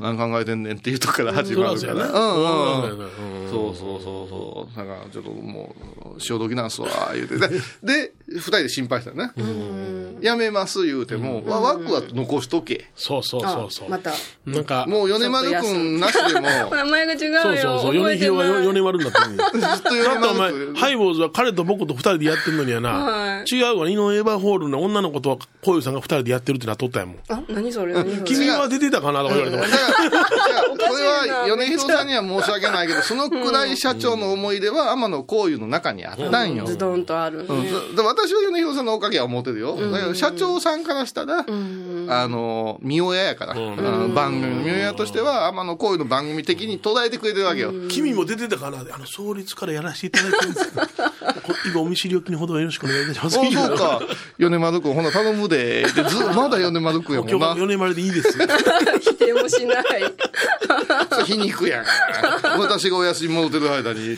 Speaker 3: 何考えてんねんっていうとこから始まるから。うんうんうん。
Speaker 4: うん
Speaker 3: そうそうそうそう。なんか、ちょっともう、潮時なんすわ、言う て。で、で二人で心配したね。やめます、言うても、わワークは残しとけ。
Speaker 4: そうそう
Speaker 2: あ
Speaker 4: そうそう。
Speaker 2: また。
Speaker 4: なんか、
Speaker 3: もう、米丸くんなしでも、
Speaker 2: 名前が違うよ。
Speaker 4: そうそうそう、米広はよ米丸になってんねんだ
Speaker 3: ずっと米
Speaker 4: ってお前
Speaker 3: 丸く、ん。
Speaker 4: ハイボーズは彼と僕と二人でやってんのにやな、違うわ、イノエヴァホールの女の子とこういうさんが二人でやってるってなっとったやもん。
Speaker 2: あ、何それ何それ
Speaker 4: 君は出てたかなとか言われても
Speaker 3: だから、だからこれは米広さんには申し訳ないけど、そのくらい社長の思い出は天野幸雄の中にあったんよ。
Speaker 2: ズドンとある。
Speaker 3: うんそうで私は米広さんのおかげは思ってるよ。だけど社長さんからしたら、あの、見親やから、あの番組の見親としては、天野幸雄の番組的に途絶えてくれてるわけよ。
Speaker 4: 君も出てたかなあの、創立からやらせていただいてるんですけどこ今、お見知りおきのほどよろしくお願いいたします。。
Speaker 3: おそうか米丸くん、ほな頼むで。でず まだ米丸くんやも
Speaker 4: 今
Speaker 3: ん
Speaker 4: 日は
Speaker 3: な。
Speaker 4: 米丸でいいです。
Speaker 2: 否定もし ない。
Speaker 3: 皮肉やな。私がお休み戻ってる間に、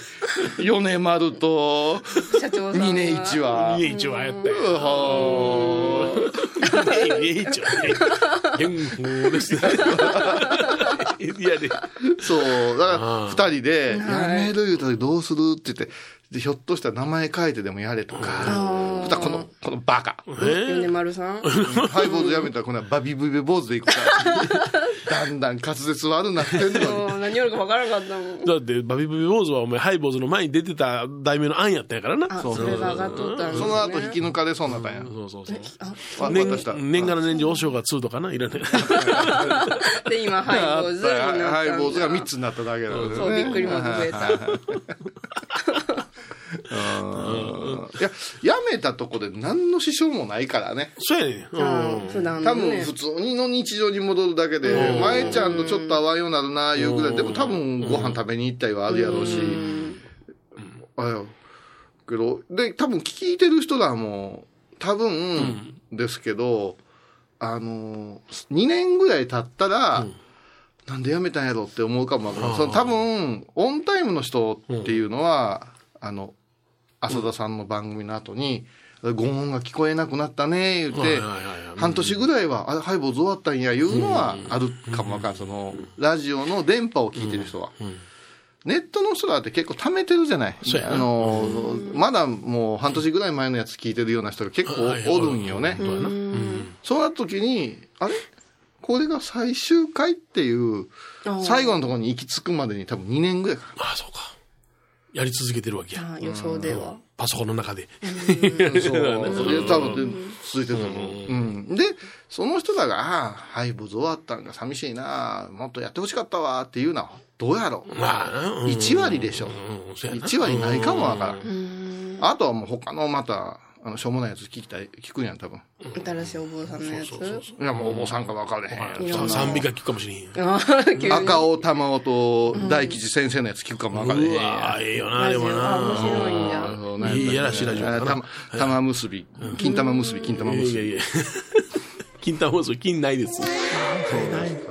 Speaker 3: 米丸と、
Speaker 2: 社長さんは。
Speaker 3: 峰一は。
Speaker 4: 家一応や ったよ。
Speaker 3: はー
Speaker 4: 家一応ね。原 稿ですね。いやで。
Speaker 3: そう。だから、二人で、や
Speaker 2: い
Speaker 3: める言うたらどうするって言って、でひょっとしたら名前書いてでもやれとか、そしたらこの、このバ カ。
Speaker 4: えー
Speaker 2: 米丸 さん。
Speaker 3: ハイボールやめたら、こんなバビブベ坊主でいくから。だんだん滑舌悪なってんのに。
Speaker 2: もう何よるか分からなかったもん。
Speaker 4: だって、バビブビ坊主はお前、ハイ坊主の前に出てた題名の案やったんやからな。
Speaker 2: あ、
Speaker 4: そう
Speaker 2: それが上がっとったんです
Speaker 3: そ
Speaker 2: ね。
Speaker 3: の後引き抜かれそうになったんや。
Speaker 4: そうそうそう。
Speaker 3: わ
Speaker 4: 年
Speaker 3: 渡した。
Speaker 4: 年がら年中、お正月2とかな、いらない。
Speaker 2: で、今、ハイボーズになったんだ。
Speaker 3: ハイボーズが3つになっただけだよね。
Speaker 2: そう、びっくりも増えた。
Speaker 3: うんいや、やめたとこで何の支障もないからね。
Speaker 4: そうやねん。うん
Speaker 2: うん普段の
Speaker 3: 多分
Speaker 2: ね
Speaker 3: 普。通の日常に戻るだけで、前ちゃんとちょっと合わんようになるなあいうぐらい、でも多分ご飯食べに行ったりはあるやろうし、あやけど、で、多分聞いてる人らも、多分ですけど、あの、2年ぐらい経ったら、なんでやめたんやろって思うかもわからんその多分、オンタイムの人っていうのは、あの、浅田さんの番組の後に、ご音が聞こえなくなったね、言っ
Speaker 4: はい
Speaker 3: て
Speaker 4: はいはいはい、
Speaker 3: 半年ぐらいは、あ、ハイボーズ終わったんや、いうのはあるかもわかんない。その、ラジオの電波を聞いてる人は。ネットの人らって結構貯めてるじゃない。
Speaker 4: そうやな
Speaker 3: あの、まだもう半年ぐらい前のやつ聞いてるような人が結構
Speaker 4: はい
Speaker 3: おるんよね
Speaker 4: そ。うやなうん
Speaker 3: そうなった時に、あれこれが最終回っていう、
Speaker 2: あ
Speaker 3: 最後のところに行き着くまでに多分2年ぐらいか
Speaker 4: ああ、そうか。やり続けてるわけや。
Speaker 2: あ予想では。
Speaker 4: パソコンの中で。
Speaker 3: な。そう。で多分続いてると思う。うん。で、その人らが、ああ、ハイボーズ終わったんが寂しいな、もっとやってほしかったわっていうのは、どうやろう。
Speaker 4: まあな、うん
Speaker 3: 1割でしょ。
Speaker 4: うんそうやな。
Speaker 3: 1割ないかもわからん。あとはもう他のまた、あの、しょうもないやつ聞きたい、聞くんやん、多分。
Speaker 2: 新しいお坊さんのやつ。
Speaker 3: いや、もうお坊さんか分からへん。
Speaker 4: さ賛美が効くかもしれへんやん。
Speaker 2: あー急に
Speaker 3: 赤尾玉尾と大吉先生のやつ聞くかも分からへん
Speaker 4: う
Speaker 3: やん。
Speaker 4: わーええよな、
Speaker 2: ラ
Speaker 4: で
Speaker 2: ジオ
Speaker 4: も
Speaker 2: あ面
Speaker 4: な。
Speaker 2: 白いんだ。
Speaker 3: そうね
Speaker 4: いいやらしいラジオだな
Speaker 3: 玉玉結び、金玉結び、金玉
Speaker 4: い
Speaker 3: 結
Speaker 4: や
Speaker 3: び。
Speaker 4: いや。金玉放送、金ないです。金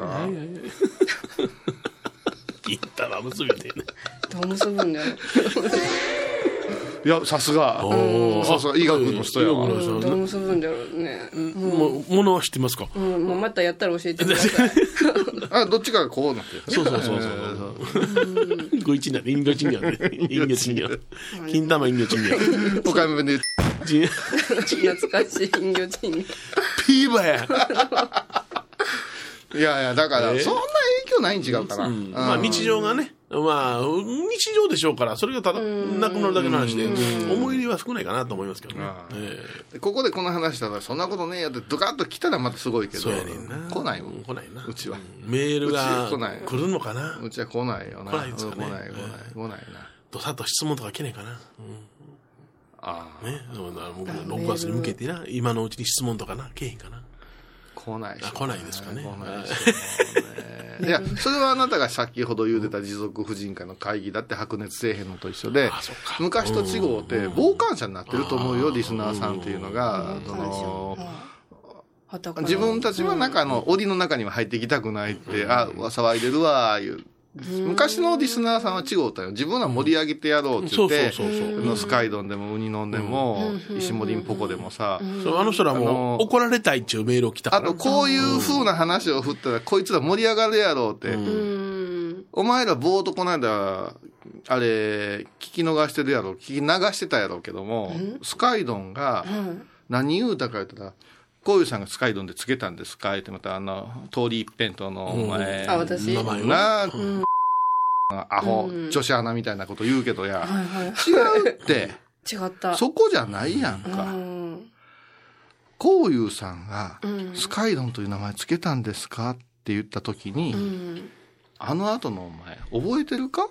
Speaker 4: 玉結びで。
Speaker 2: どう結ぶんだよ。
Speaker 3: いや、さすが。
Speaker 4: おー
Speaker 3: さすが、医学の人やわ
Speaker 4: 医学。の人
Speaker 2: どう結ぶんだろうね。
Speaker 4: もうものは知ってますか
Speaker 2: もうもうまたやったら教えてくだ さい。
Speaker 3: あ、どっちかがこうなってる。
Speaker 4: そうそうそうそうご一になる、陰魚賃料 ね。陰魚賃料。金玉陰魚賃料。
Speaker 3: お買い物で、
Speaker 4: ち
Speaker 2: 懐かしい人魚チン。
Speaker 4: ピーバや。
Speaker 3: いやいや、だから、
Speaker 4: えー
Speaker 3: そんな影響ないん違うかな。うん
Speaker 4: まあ日常がね、まあ日常でしょうから、それがただなくなるだけの話で、思い入れは少ないかなと思いますけどね。え
Speaker 3: ここでこの話したら、そんなことねえよって、ドカッと来たらまたすごいけ
Speaker 4: え
Speaker 3: ど
Speaker 4: そうやねんな。、
Speaker 3: 来ないもん。
Speaker 4: 来ないな。
Speaker 3: うちは。
Speaker 4: メールが
Speaker 3: うち来ない
Speaker 4: 来るのかな
Speaker 3: うちは来ないよな。
Speaker 4: 来ないですかね
Speaker 3: うん来ない、来ない、来ないな。
Speaker 4: どさっと質問とか来ないかな。
Speaker 3: あ
Speaker 4: うんね。そうな僕ら6月に向けてな、今のうちに質問とかな、けえへんかな。
Speaker 3: あ、来ないし
Speaker 4: あ来ないですかね
Speaker 3: 来ないですよ ね。いや、それはあなたが先ほど言うてた持続婦人会の会議だって白熱せえへんのと一緒で
Speaker 4: あそっか、
Speaker 3: 昔と違うて、傍観者になってると思うよ、リスナーさんっていうのが、その、自分たちは中の、檻の中には入っていきたくないって、あ、騒いでるわ、いう。昔のリスナーさんは違うたよ。自分は盛り上げてやろうって言
Speaker 4: そ
Speaker 3: っ
Speaker 4: うそ
Speaker 3: て
Speaker 4: う、そうそう。
Speaker 3: のスカイドンでもウニノンでも、石森んぽこでもさ、
Speaker 4: そうあの人ら
Speaker 3: あの
Speaker 4: も
Speaker 3: ー
Speaker 4: 怒られたいっていうメールを来たか
Speaker 3: あ
Speaker 4: ら
Speaker 3: と。こういう風な話を振ったら、こいつら盛り上がるやろうって。
Speaker 2: うん。
Speaker 3: お前らぼーっとこの間、あれ、聞き逃してるやろ、聞き流してたやろうけども、スカイドンが、何言うたか言ったら、こういうさんがスカイドンでつけたんですかってまた、あの、通り一辺倒の、お前、
Speaker 2: あ、私。
Speaker 4: 名
Speaker 2: は
Speaker 4: 前は。
Speaker 3: なあ、アホ、女子アナみたいなこと言うけど や、違うって、
Speaker 2: いはい。違った。
Speaker 3: そこじゃないやん
Speaker 2: う
Speaker 3: か。
Speaker 2: ん。
Speaker 3: こういうさんが、
Speaker 2: うん
Speaker 3: スカイドンという名前つけたんですかって言った時に、
Speaker 2: うん。
Speaker 3: あの後のお前、覚えてるか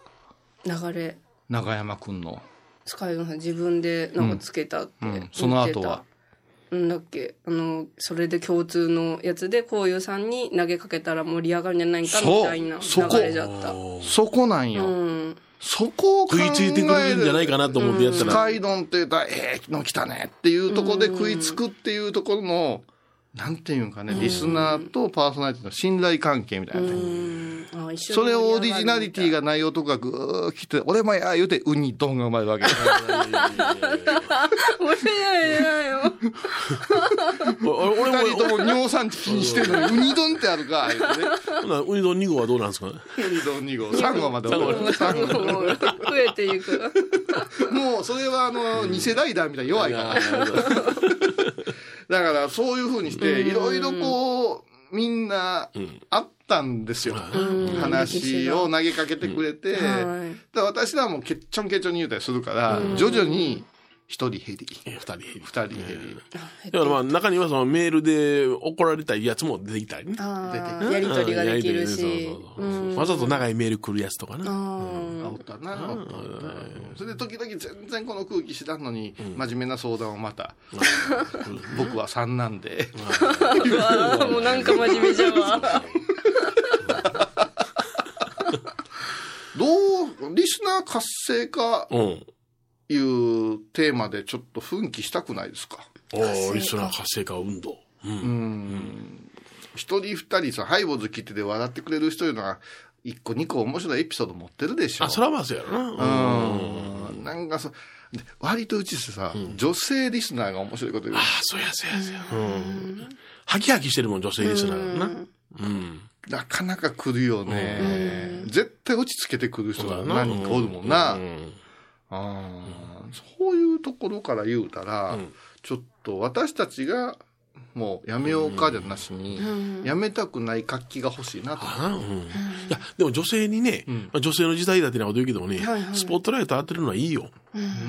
Speaker 2: 流れ。
Speaker 3: 永山くんの。
Speaker 2: スカイドさん自分でなんかつけたって
Speaker 3: うん
Speaker 2: 言ってた、
Speaker 3: うんその後は
Speaker 2: なんだっけあのそれで共通のやつでこういうさんに投げかけたら盛り上がるんじゃないかみ
Speaker 3: そう
Speaker 2: たいな
Speaker 3: そこ
Speaker 2: 流れじゃった
Speaker 3: そこなんよ。
Speaker 2: うん
Speaker 3: そこを考
Speaker 4: 食
Speaker 3: え
Speaker 4: いついてくれるんじゃないかなと思ってやった
Speaker 3: ス
Speaker 4: ら。
Speaker 3: カイドンって言ったら、ええの来たねっていうところで食いつくっていうところの、なんていうんかね、リスナーとパーソナリティの信頼関係みたいな
Speaker 2: う
Speaker 3: ね。
Speaker 2: んあ一緒
Speaker 3: そ
Speaker 2: に盛り上がるみたい
Speaker 3: れをオリジナリティ がない男がぐー来て、俺もやー言うて、ウニドンが生まれるわけ。
Speaker 2: 盛り上がるよ
Speaker 4: 俺俺
Speaker 3: 二人
Speaker 4: も
Speaker 3: とも尿酸値気にしてるのに、ウニドンってあるか、言 うてね。
Speaker 4: ほな、ウニ丼2号はどうなんですかね。
Speaker 3: ウニドン2号、3号まで
Speaker 4: 三号
Speaker 3: 三号
Speaker 2: もう増えていく
Speaker 3: もう、それはあの、二世代だみたいな弱いから。 だからそういうふうにして、いろいろこう、みんなあったんですよ。
Speaker 2: うん
Speaker 3: 話を投げかけてくれて、
Speaker 2: はい
Speaker 3: だから私らもケッチョンケッチョンに言うたりするから、徐々に一人減り、
Speaker 4: えー二人減り
Speaker 3: 二人減り。
Speaker 4: だからまあ中にはそのメールで怒られたいやつも出てきたりね。
Speaker 2: あ
Speaker 3: 出
Speaker 2: ーやりとりができる
Speaker 4: うんやり
Speaker 2: し
Speaker 4: 取りねそうそうそうわざと長いメール来るやつとかね。
Speaker 3: あおったな、おったおったそれで時々全然この空気知らんのに、真面目な相談をまた、僕は三なんで、
Speaker 2: あーもうなんか真面目じゃんわ
Speaker 3: どう、リスナー活性化
Speaker 4: うん。うん
Speaker 3: いうテーマでちょっと奮起したくないですか。
Speaker 4: おーリスナー活性化運動。うん。
Speaker 3: 一人二人さ、ハイボーズ聞いてて笑ってくれる人いうのは、一個二個面白いエピソード持ってるでしょ。
Speaker 4: あ、それはまあそうやろ
Speaker 3: う
Speaker 4: な。
Speaker 3: ん。なんかそ、で割とうちさ、女性リスナーが面白いこと言う
Speaker 4: あ。ーそうやそうやそうや。うん。ハキハキしてるもん、女性リスナーがな。うん。
Speaker 3: なかなか来るよね。絶対落ち着けてくる人が何人かおるもん
Speaker 4: う
Speaker 3: な。
Speaker 4: ん
Speaker 3: うんそういうところから言うたら、ちょっと私たちが、もうやめようかじゃなしに、やめたくない活気が欲しいなと。
Speaker 4: かな。うん。いや、でも女性にね、まあ女性の時代だってなこと言うけどもね、スポットライト当てるのはいいよ。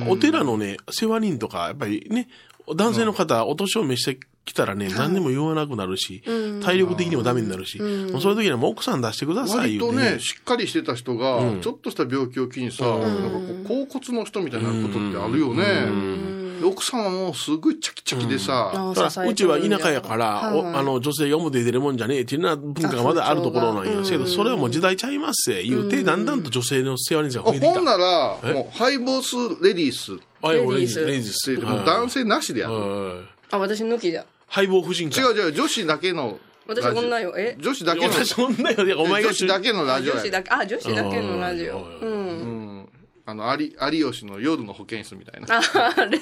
Speaker 4: お寺のね、世話人とか、やっぱりね、男性の方、お年を召してきたらね、何でも言わなくなるし、体力的にもダメになるし、もうそういう時にはもう奥さん出してください
Speaker 3: 割
Speaker 4: よ
Speaker 3: とね、。しっかりしてた人が、ちょっとした病気を機にさ、なんかこう、甲骨の人みたいになることってあるよね。で奥様もすごいチャキチャキでさ、
Speaker 4: だからうちは田舎やから、おあの、女性が表に出るもんじゃねえっていうような文化がまだあるところなんや。せやけど、それはもう時代ちゃいますせ、言うて、だんだんと女性の世話人が
Speaker 3: あ
Speaker 4: 増えてき
Speaker 3: ほんな
Speaker 4: た。
Speaker 3: ら、もう、ハイボースレディースっ
Speaker 4: あ、いや俺
Speaker 2: レディース
Speaker 4: レディース
Speaker 3: て言って、もう男性なしでやる。
Speaker 4: はい
Speaker 2: あ私抜きじゃ
Speaker 4: 敗北婦人会
Speaker 3: 違う違う、女子だけの。
Speaker 2: 私
Speaker 3: ラジオ
Speaker 2: 女よえ
Speaker 3: 女子だけの。
Speaker 4: 私そんなよ。お前 が
Speaker 3: 女子だけのラジオ
Speaker 2: 女
Speaker 3: や
Speaker 2: 子だけあ女子だけのラジオうん
Speaker 3: うんあの、有有吉の夜の保健室みたいな。
Speaker 2: あ あれ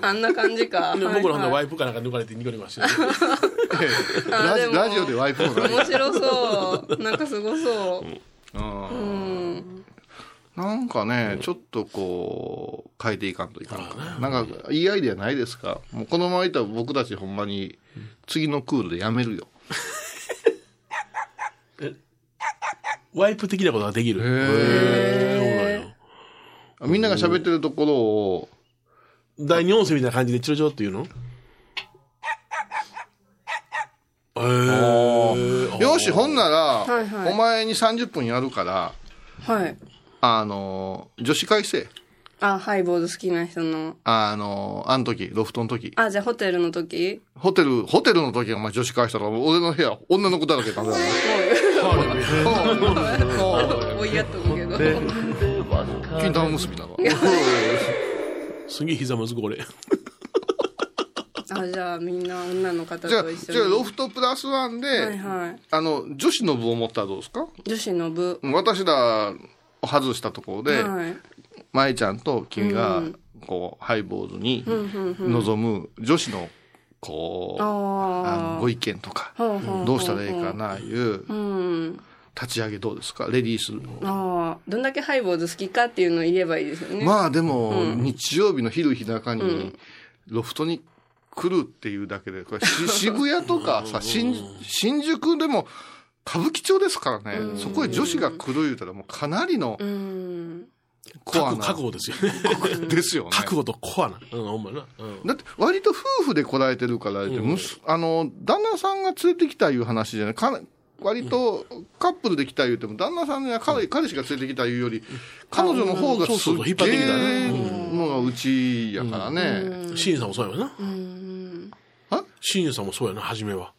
Speaker 2: あんな感じ か
Speaker 4: で僕らのワ
Speaker 2: イ
Speaker 4: イプかなんか抜かれてニコりま したよね。
Speaker 2: あ
Speaker 3: ラジ
Speaker 2: でも
Speaker 3: ラジオでワイプもない。
Speaker 2: 面白 そうなんかすごそう
Speaker 3: うんなんかね、ちょっとこう、変えていかんといかんかな。なんか、いいアイデアないですかもうこのままいったら僕たちほんまに、次のクールでやめるよ。
Speaker 4: ワイプ的なことができる。へー
Speaker 3: みんなが喋ってるところを、
Speaker 4: 第二音声みたいな感じでチロチロっていうのえー、
Speaker 3: よし、ほんなら、
Speaker 2: はいはい
Speaker 3: お前に30分やるから、
Speaker 2: はい
Speaker 3: あの、女子会生。
Speaker 2: あハイボーズ好きな人の
Speaker 3: あの、あの時、ロフトの時。
Speaker 2: あじゃあホテルの時
Speaker 3: ホテル、ホテルの時お前女子会したら、俺の部屋、女の子だらけだもん。
Speaker 2: おいやっとくけど
Speaker 3: 金玉結びなの。
Speaker 4: すげえ膝まずく俺。
Speaker 2: あじゃあみんな女の方
Speaker 3: じゃあ、
Speaker 2: と一緒
Speaker 3: じゃあ
Speaker 2: に
Speaker 3: ロフトプラスワンで、
Speaker 2: はいはい
Speaker 3: あの、女子の部を持ったらどうですか
Speaker 2: 女子の部
Speaker 3: 私らを外したところで、
Speaker 2: はい
Speaker 3: 舞ちゃんと君が、こう、ハイボーズに望む女子の、こう、あ
Speaker 2: あ
Speaker 3: のご意見とか、
Speaker 2: ほうほうほう
Speaker 3: どうしたらいいかな、いう
Speaker 2: あうん
Speaker 3: 立ち上げどうですかレディース。
Speaker 2: ああどんだけハイボーズ好きかっていうのを言えばいいですよね
Speaker 3: まあでも、日曜日の昼日中に、ロフトに来るっていうだけで、これし渋谷とかさ、新新宿でも、歌舞伎町ですからね、そこへ女子が来る言うたら、もうかなりの
Speaker 2: うん
Speaker 3: コア
Speaker 4: 覚
Speaker 3: な、
Speaker 4: 覚悟ですよね。
Speaker 3: ですよね。
Speaker 4: 覚悟とコアな。うん、ほんまな。うん。
Speaker 3: だって、割と夫婦で来られてるから、むすあの、旦那さんが連れてきたいう話じゃない。か割とカップルで来た言うても、旦那さんや彼,、彼氏が連れてきたいうより、彼女の方が
Speaker 4: そう
Speaker 3: す
Speaker 4: そう
Speaker 3: っ
Speaker 4: そう
Speaker 3: げ
Speaker 4: 引っ張ってきたね
Speaker 3: えのがうちやからね。
Speaker 4: シンさんもそうやわな。
Speaker 3: あ
Speaker 4: シンさんもそうやな、初めは。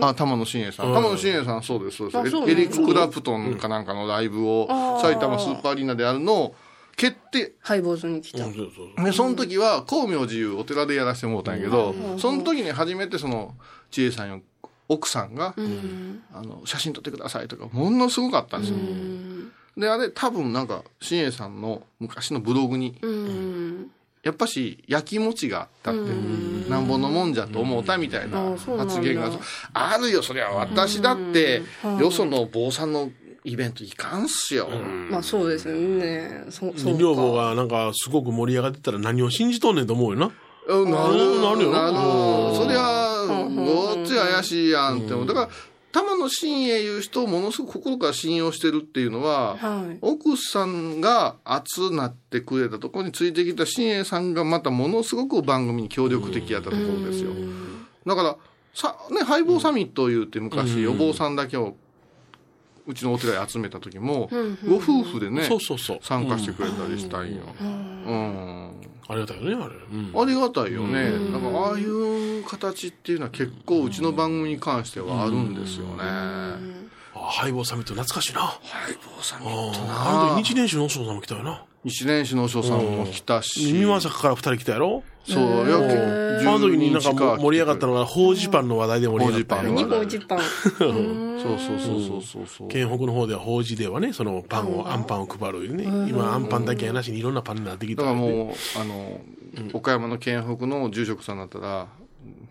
Speaker 3: あ、玉野真栄さん。玉野真栄さん、そうです、そう
Speaker 2: あ
Speaker 3: です。
Speaker 2: そうなん
Speaker 3: エ
Speaker 2: だ
Speaker 3: リック・クラプトンかなんかのライブを、埼玉スーパーアリーナでやるのを決定。
Speaker 2: ハイボーズに来た
Speaker 4: うんそうそう
Speaker 3: で、その時は、光明寺いうお寺でやらせてもらったんやけど、その時に初めてその、千恵さんよ、奥さんが、あの、写真撮ってくださいとか、ものすごかったんですよ。で、あれ、多分なんか、真栄さんの昔のブログに、
Speaker 2: うん
Speaker 3: やっぱし焼き餅があったって、なんぼのもんじゃと思うたみたいな
Speaker 2: あそうなんだ
Speaker 3: 発言が、あるよ、そりゃ私だって、よその坊さんのイベント行かんっすよ。
Speaker 2: まあそうですよねそ
Speaker 4: そう
Speaker 2: そ
Speaker 4: で女房
Speaker 2: うか
Speaker 4: がなんかすごく盛り上がってたら何を信じとんねんと思うよな。
Speaker 3: うんなる
Speaker 4: うんなるよ
Speaker 3: なる。そりゃ、ごっつい怪しいやんって思う。だから、玉野真英いう人をものすごく心から信用してるっていうのは、
Speaker 2: はい
Speaker 3: 奥さんが熱なってくれたところについてきた新栄さんがまたものすごく番組に協力的やったところですよ。だから、さ、ね、ハイボーサミットを言うて昔、お坊さんだけを、うちのお寺に集めた時も、ご夫婦でね、
Speaker 4: そうそうそう。
Speaker 3: 参加してくれたりしたんよ。うん。
Speaker 4: ありがたいよね、あれ。うん。
Speaker 3: ありがたいよね。なんか、ああいう形っていうのは結構うちの番組に関してはあるんですよね。
Speaker 4: あハイボーサミット懐かしいな。あ
Speaker 3: ハイボーサミット
Speaker 4: あの
Speaker 3: な
Speaker 4: 時日年始のお嬢さんも来たよな。
Speaker 3: 一年史のお嬢さんも来たし。
Speaker 4: 三輪坂から二人来たやろ
Speaker 3: そう、
Speaker 4: あ
Speaker 3: よ
Speaker 4: の時になんか盛り上がったのが、ほうじパンの話題で盛り上がった
Speaker 3: ほうじ
Speaker 4: よ
Speaker 2: 何こうジパン。
Speaker 3: そうそうそうそうそう。
Speaker 4: 県北の方ではほうじではね、そのパンを、あんパンを配るよね。今、あんパンだけやなしにいろんなパンになってきた
Speaker 3: だ
Speaker 4: ん
Speaker 3: から
Speaker 4: でね。
Speaker 3: もう、あの、岡山の県北の住職さんだったら、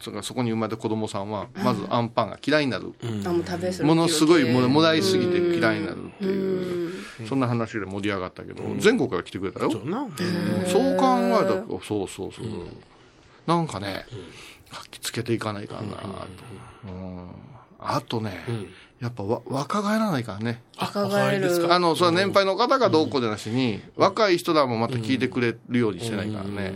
Speaker 3: そそこに生まれた子供さんは、まずアンパンが嫌いになる。
Speaker 2: あ、もう食べする。
Speaker 3: ものすごいももらい
Speaker 2: い
Speaker 3: すぎて嫌いになるっていう、そんな話で盛り上がったけど、全国から来てくれたよ。
Speaker 4: そうな。
Speaker 3: そう考えたら、そうそうそう。なんかね、書きつけていかないかなと。うんあとね、やっぱわ若返らないからね。
Speaker 4: あ
Speaker 2: 伺える
Speaker 4: 若いですか
Speaker 3: あの、それは年配の方がどうこうじゃなしに、若い人らもまた聞いてくれるようにしてないからね。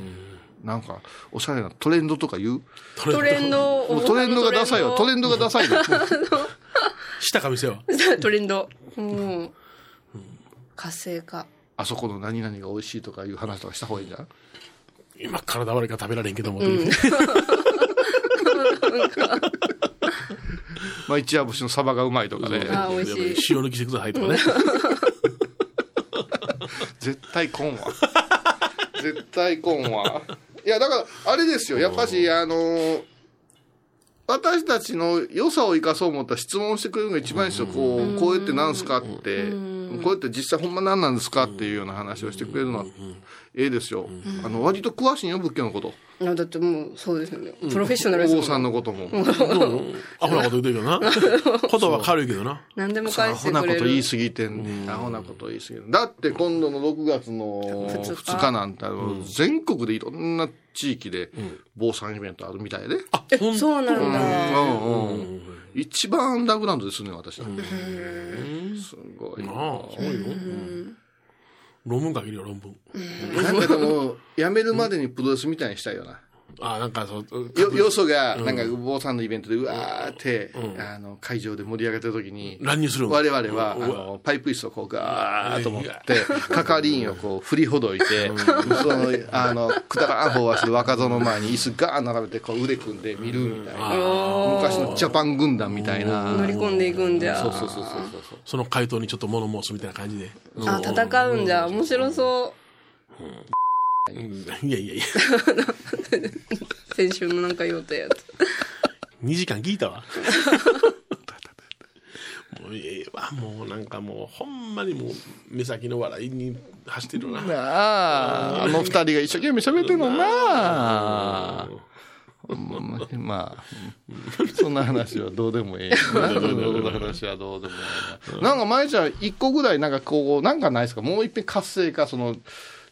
Speaker 3: なんか、おしゃれなトレンドとか言う
Speaker 2: トレンドを
Speaker 3: トレンドがダサいよ。トレンドがダサいよ。
Speaker 4: したか店は。
Speaker 2: トレンド。うん。活性化。
Speaker 3: あそこの何々が美味しいとかいう話とかした方がいいんじゃん
Speaker 4: 今、体悪いから食べられんけども。
Speaker 3: まあ、一夜干しのサバがうまいとか ね。
Speaker 2: あ、美味しい。
Speaker 4: 塩抜きしてくださいとかね。
Speaker 3: 絶対こんわ。 絶対こんわ。いや、だから、あれですよ。やっぱし、あのー私たちの良さを生かそう思ったら質問してくれるのが一番いいですよ。こう、こうやってなんすかって、こうやって実際ほんま何なんですかっていうような話をしてくれるのは、ええですよ。あの、割と詳しいんよ、仏教のこと。
Speaker 2: あだってもう、そうですよね。プロフェッショナル
Speaker 3: お
Speaker 2: ですも
Speaker 3: 坊さんのことも。
Speaker 4: アホなこと言うてるけどな。言葉軽いけどな。
Speaker 2: 何でも
Speaker 3: ア
Speaker 2: 返し
Speaker 3: ホ
Speaker 2: て
Speaker 3: な
Speaker 2: く
Speaker 3: こ
Speaker 2: れ
Speaker 3: と言い
Speaker 2: る。
Speaker 3: 過ぎてんねん。アホなこと言い過ぎる。だって今度の6月の
Speaker 2: 二日
Speaker 3: 2日なんて、あの全国でいろんな地域で防災イベントあるみたいで。
Speaker 4: あ、ほん
Speaker 2: そうなんだ。
Speaker 3: うんうんうん一番アンダーグラウンドですね、私。すごいな。
Speaker 4: ああ、そうよ。論文書けるよ、論文。
Speaker 3: なんかでも、辞めるまでにプロレスみたいにしたいよな。
Speaker 4: あ、なんかそう、
Speaker 3: よ、よそが、なんか、坊さんのイベントで、うわーって、あの、会場で盛り上げた時に、
Speaker 4: 乱入するん
Speaker 3: 我々は、あの、パイプ椅子をこう、ガーッと持って、係員をこう、振りほどいて、その、あの、くだらん方はして若造の前に椅子ガーッ並べて、こう、腕組んで見るみたいな。
Speaker 2: お
Speaker 3: 昔のジャパン軍団みたいな。
Speaker 2: 乗り込んでいくんじゃ。
Speaker 3: そうそうそうそうそう。
Speaker 4: その回答にちょっと物申すみたいな感じで。
Speaker 2: あ、戦うんじゃ。面白そ
Speaker 4: うんいやいやいや、
Speaker 2: う。先週のなんか言おうたやつ。
Speaker 4: 2時間聞いたわ。もうええわ、もうなんかもう、ほんまにもう、目先の笑いに走ってるな。
Speaker 3: なあ、あの二人が一生懸命喋ってるのなあ。まあ、まあ、そんな話はどうでもいい。そんな話はどうでもいいな。なんか、前ちゃん、一個ぐらい、なんかこう、なんかないですかもう一遍活性化、その、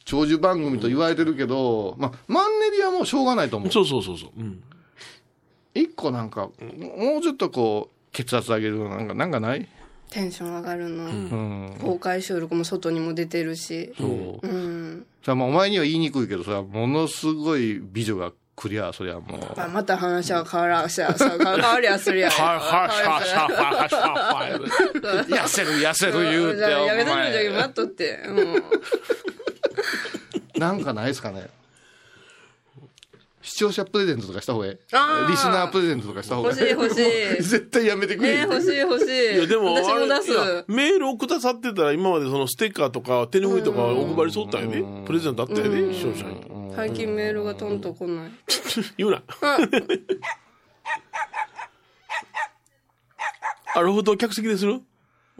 Speaker 3: 長寿番組と言われてるけど、まあ、マンネリはもうしょうがないと思う。
Speaker 4: そうそうそうそう。うん。
Speaker 3: 一個なんか、もうちょっとこう、血圧上げるのなんか、なんかない
Speaker 2: テンション上がるの。
Speaker 3: うん。
Speaker 2: 公開収録も外にも出てるし。
Speaker 3: そう。
Speaker 2: うん。
Speaker 3: じゃあ、まあ、お前には言いにくいけどさ、ものすごい美女がクリア、そりゃもう。
Speaker 2: まあ、また話は変わらしゃ、変わりゃするやん。
Speaker 4: ははははははは。
Speaker 3: 痩せる痩せる言う
Speaker 2: じゃあ
Speaker 3: て、お
Speaker 2: やめとるじゃん、
Speaker 3: 前。
Speaker 2: 待っとって。もう
Speaker 3: なんかないですかね。視聴者プレゼントとかした方がいい。リス
Speaker 2: あー
Speaker 3: ナープレゼントとかした方がい
Speaker 2: 欲しい
Speaker 3: い。
Speaker 2: 欲しい。
Speaker 3: 絶対やめてくれ
Speaker 2: ね。欲しい欲しい。
Speaker 4: いや、でも、
Speaker 2: 私も出す。
Speaker 4: あれいやメールをくださってたら、今までそのステッカーとか手拭いとかお配りそうったよね。プレゼントあったよね、視聴者に。
Speaker 2: 最近メールがトンと来ない。
Speaker 4: 言うな。あ、ロフト客席でする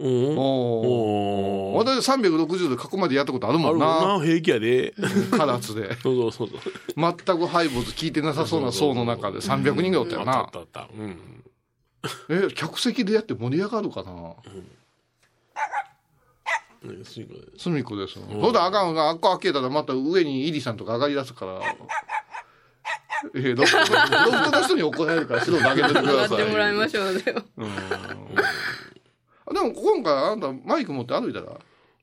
Speaker 4: う
Speaker 3: お
Speaker 4: ん。
Speaker 3: ー
Speaker 4: おー。
Speaker 3: 私360度過去までやったことある
Speaker 4: あ
Speaker 3: も
Speaker 4: る
Speaker 3: ん
Speaker 4: も
Speaker 3: な。
Speaker 4: んな、平気やで。
Speaker 3: 唐津で。
Speaker 4: そうそうそうそう。
Speaker 3: 全くハイボーズ聞いてなさそうな層の中で300人がおったよ
Speaker 4: あっ
Speaker 3: な
Speaker 4: た。あった。うん。
Speaker 3: え、客席でやって盛り上がるかな
Speaker 4: ねすいません
Speaker 3: すみこです。そうだ、あかんが、あっこ開けたらまた上にイリさんとか上がり出すから。えー、ロフトロフトの人に怒られるから、白投げててく
Speaker 2: 上が
Speaker 3: だ
Speaker 2: っ
Speaker 3: さい。
Speaker 2: てもらいましょうよ。
Speaker 3: うんでも今回あなたマイク持って歩いたら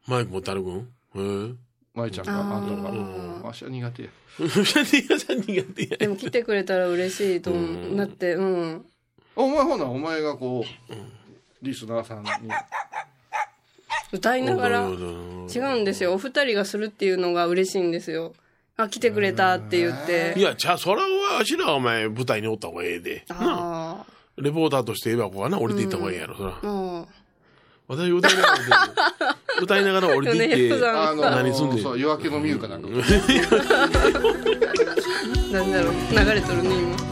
Speaker 4: マイク持って歩くんへえ。
Speaker 3: マイちゃんが
Speaker 2: あ
Speaker 3: あんたが。
Speaker 2: ー
Speaker 3: わしは苦手や。
Speaker 4: 苦手苦手や
Speaker 2: でも来てくれたら嬉しいと思
Speaker 4: う
Speaker 2: う。
Speaker 4: ん
Speaker 2: だって、うん。
Speaker 3: お前ほな、お前がこう、リスナーさんに。
Speaker 2: 歌いながら。違
Speaker 4: 違
Speaker 2: うんですよ。お二人がするっていうのが嬉しいんですよ。あ、来てくれたって言っ
Speaker 4: い
Speaker 2: て。
Speaker 4: や、じゃあ、それはわしらはお前、舞台におった方がええで。なあ
Speaker 2: あ
Speaker 4: レポーターとして言えば、ここはな、降りていった方がええやろ、そら
Speaker 2: あ。。も
Speaker 4: 私歌いながら、 歌いながら降りていって
Speaker 2: 米彦、さん
Speaker 3: あの、
Speaker 4: 何すんねん
Speaker 3: そう、夜明けのミュウかなんか。
Speaker 2: う、なんだろう。流れとるね、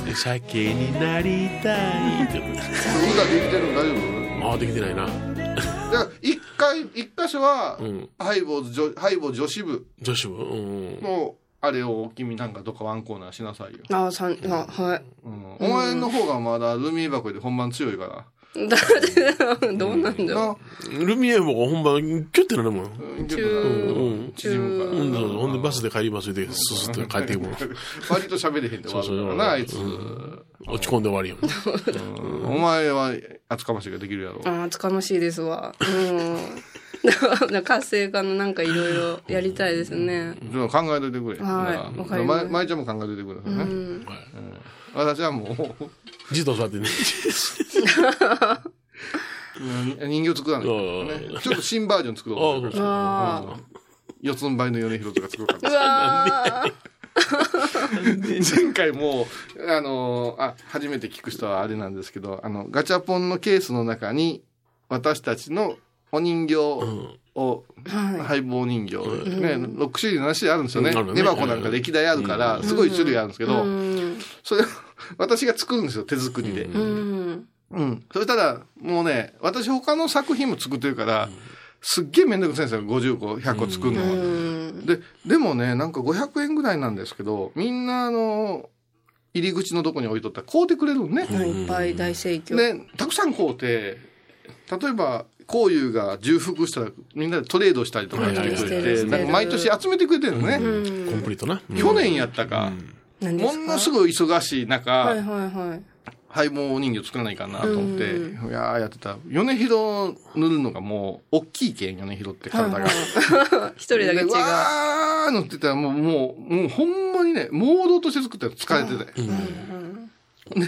Speaker 2: 今。
Speaker 4: 酒になりたいってことです。
Speaker 3: 歌できてるの大丈夫
Speaker 4: ああ、できてないな。
Speaker 3: だから一回、一箇所は、
Speaker 4: うん
Speaker 3: ハイボーズ女、ハイボーズ女子部
Speaker 4: 女子部うん。
Speaker 3: の、あれを君なんかどっかワンコーナーしなさいよ。
Speaker 2: ああ、さん、あ、はい。
Speaker 3: うんお前の方がまだルミエ箱で本番強いから。
Speaker 2: だって、どうなんだろ
Speaker 3: な、
Speaker 4: ルミエも本番、キュッてなるもん。
Speaker 3: うん縮むから。
Speaker 4: うん、そうそうほんでバスで帰りますで、ススッと帰っていくもん。
Speaker 3: 割と喋れへんって終わるからな、あいつ。うん
Speaker 4: 落ち込んで終わりよ。
Speaker 3: お前は厚かましいができるやろ。
Speaker 2: う。ああ、つかましいですわ。うん。だから 活性化のなんかいろいろやりたいですね。
Speaker 3: ちょっと考えといてく
Speaker 2: は
Speaker 3: れ。
Speaker 2: い
Speaker 3: なあ
Speaker 2: わかりました
Speaker 3: ままいちゃんも考えといてくれ。
Speaker 2: う
Speaker 3: ね
Speaker 2: ん。
Speaker 3: 私はもう、
Speaker 4: じっと座ってね。
Speaker 3: 人形作らないからね。ちょっと新バージョン作ろうと思ってる
Speaker 4: あ
Speaker 2: ああ。
Speaker 3: 四つん這いの米広とか作ろうかな
Speaker 2: うわー
Speaker 3: 前回もうあのあ初めて聞く人はあれなんですけどあのガチャポンのケースの中に私たちのお人形を、配棒人形、ね、6種類7種類あるんですよね
Speaker 4: うんあるね
Speaker 3: 根箱なんか歴代あるからすごい種類あるんですけど、
Speaker 2: うん。
Speaker 3: それを私が作るんですよ手作りで、う
Speaker 2: うんん。
Speaker 3: そしたらもうね私他の作品も作ってるから、すっげえ面倒くさいんですよ50個100個作るのは。
Speaker 2: うん。
Speaker 3: で、でもね、なんか500円ぐらいなんですけど、みんなあの、入り口のとこに置いとったら買うてくれるんね。
Speaker 2: いっぱい大盛況。
Speaker 3: で、たくさん買うて、例えば、こういうが重複したらみんなでトレードしたりとかしてく
Speaker 4: はい
Speaker 3: れ
Speaker 4: はい
Speaker 2: は
Speaker 3: て、
Speaker 2: い
Speaker 3: なんか毎年集めてくれてるのね。
Speaker 4: コンプリートな。
Speaker 3: 去年やったか、
Speaker 2: 何で
Speaker 3: も
Speaker 2: すか
Speaker 3: のすごい忙しい
Speaker 2: はい
Speaker 3: 中、
Speaker 2: はいはい。
Speaker 3: 配合お人形作らないかなと思って、いやーやってた。米広塗るのがもう、大きいけん、米広って体が。
Speaker 2: 一人だけ違う。
Speaker 3: でわー乗ってたら、もう、もう、もうほんまにね、朦朧として作ったら疲れてて。で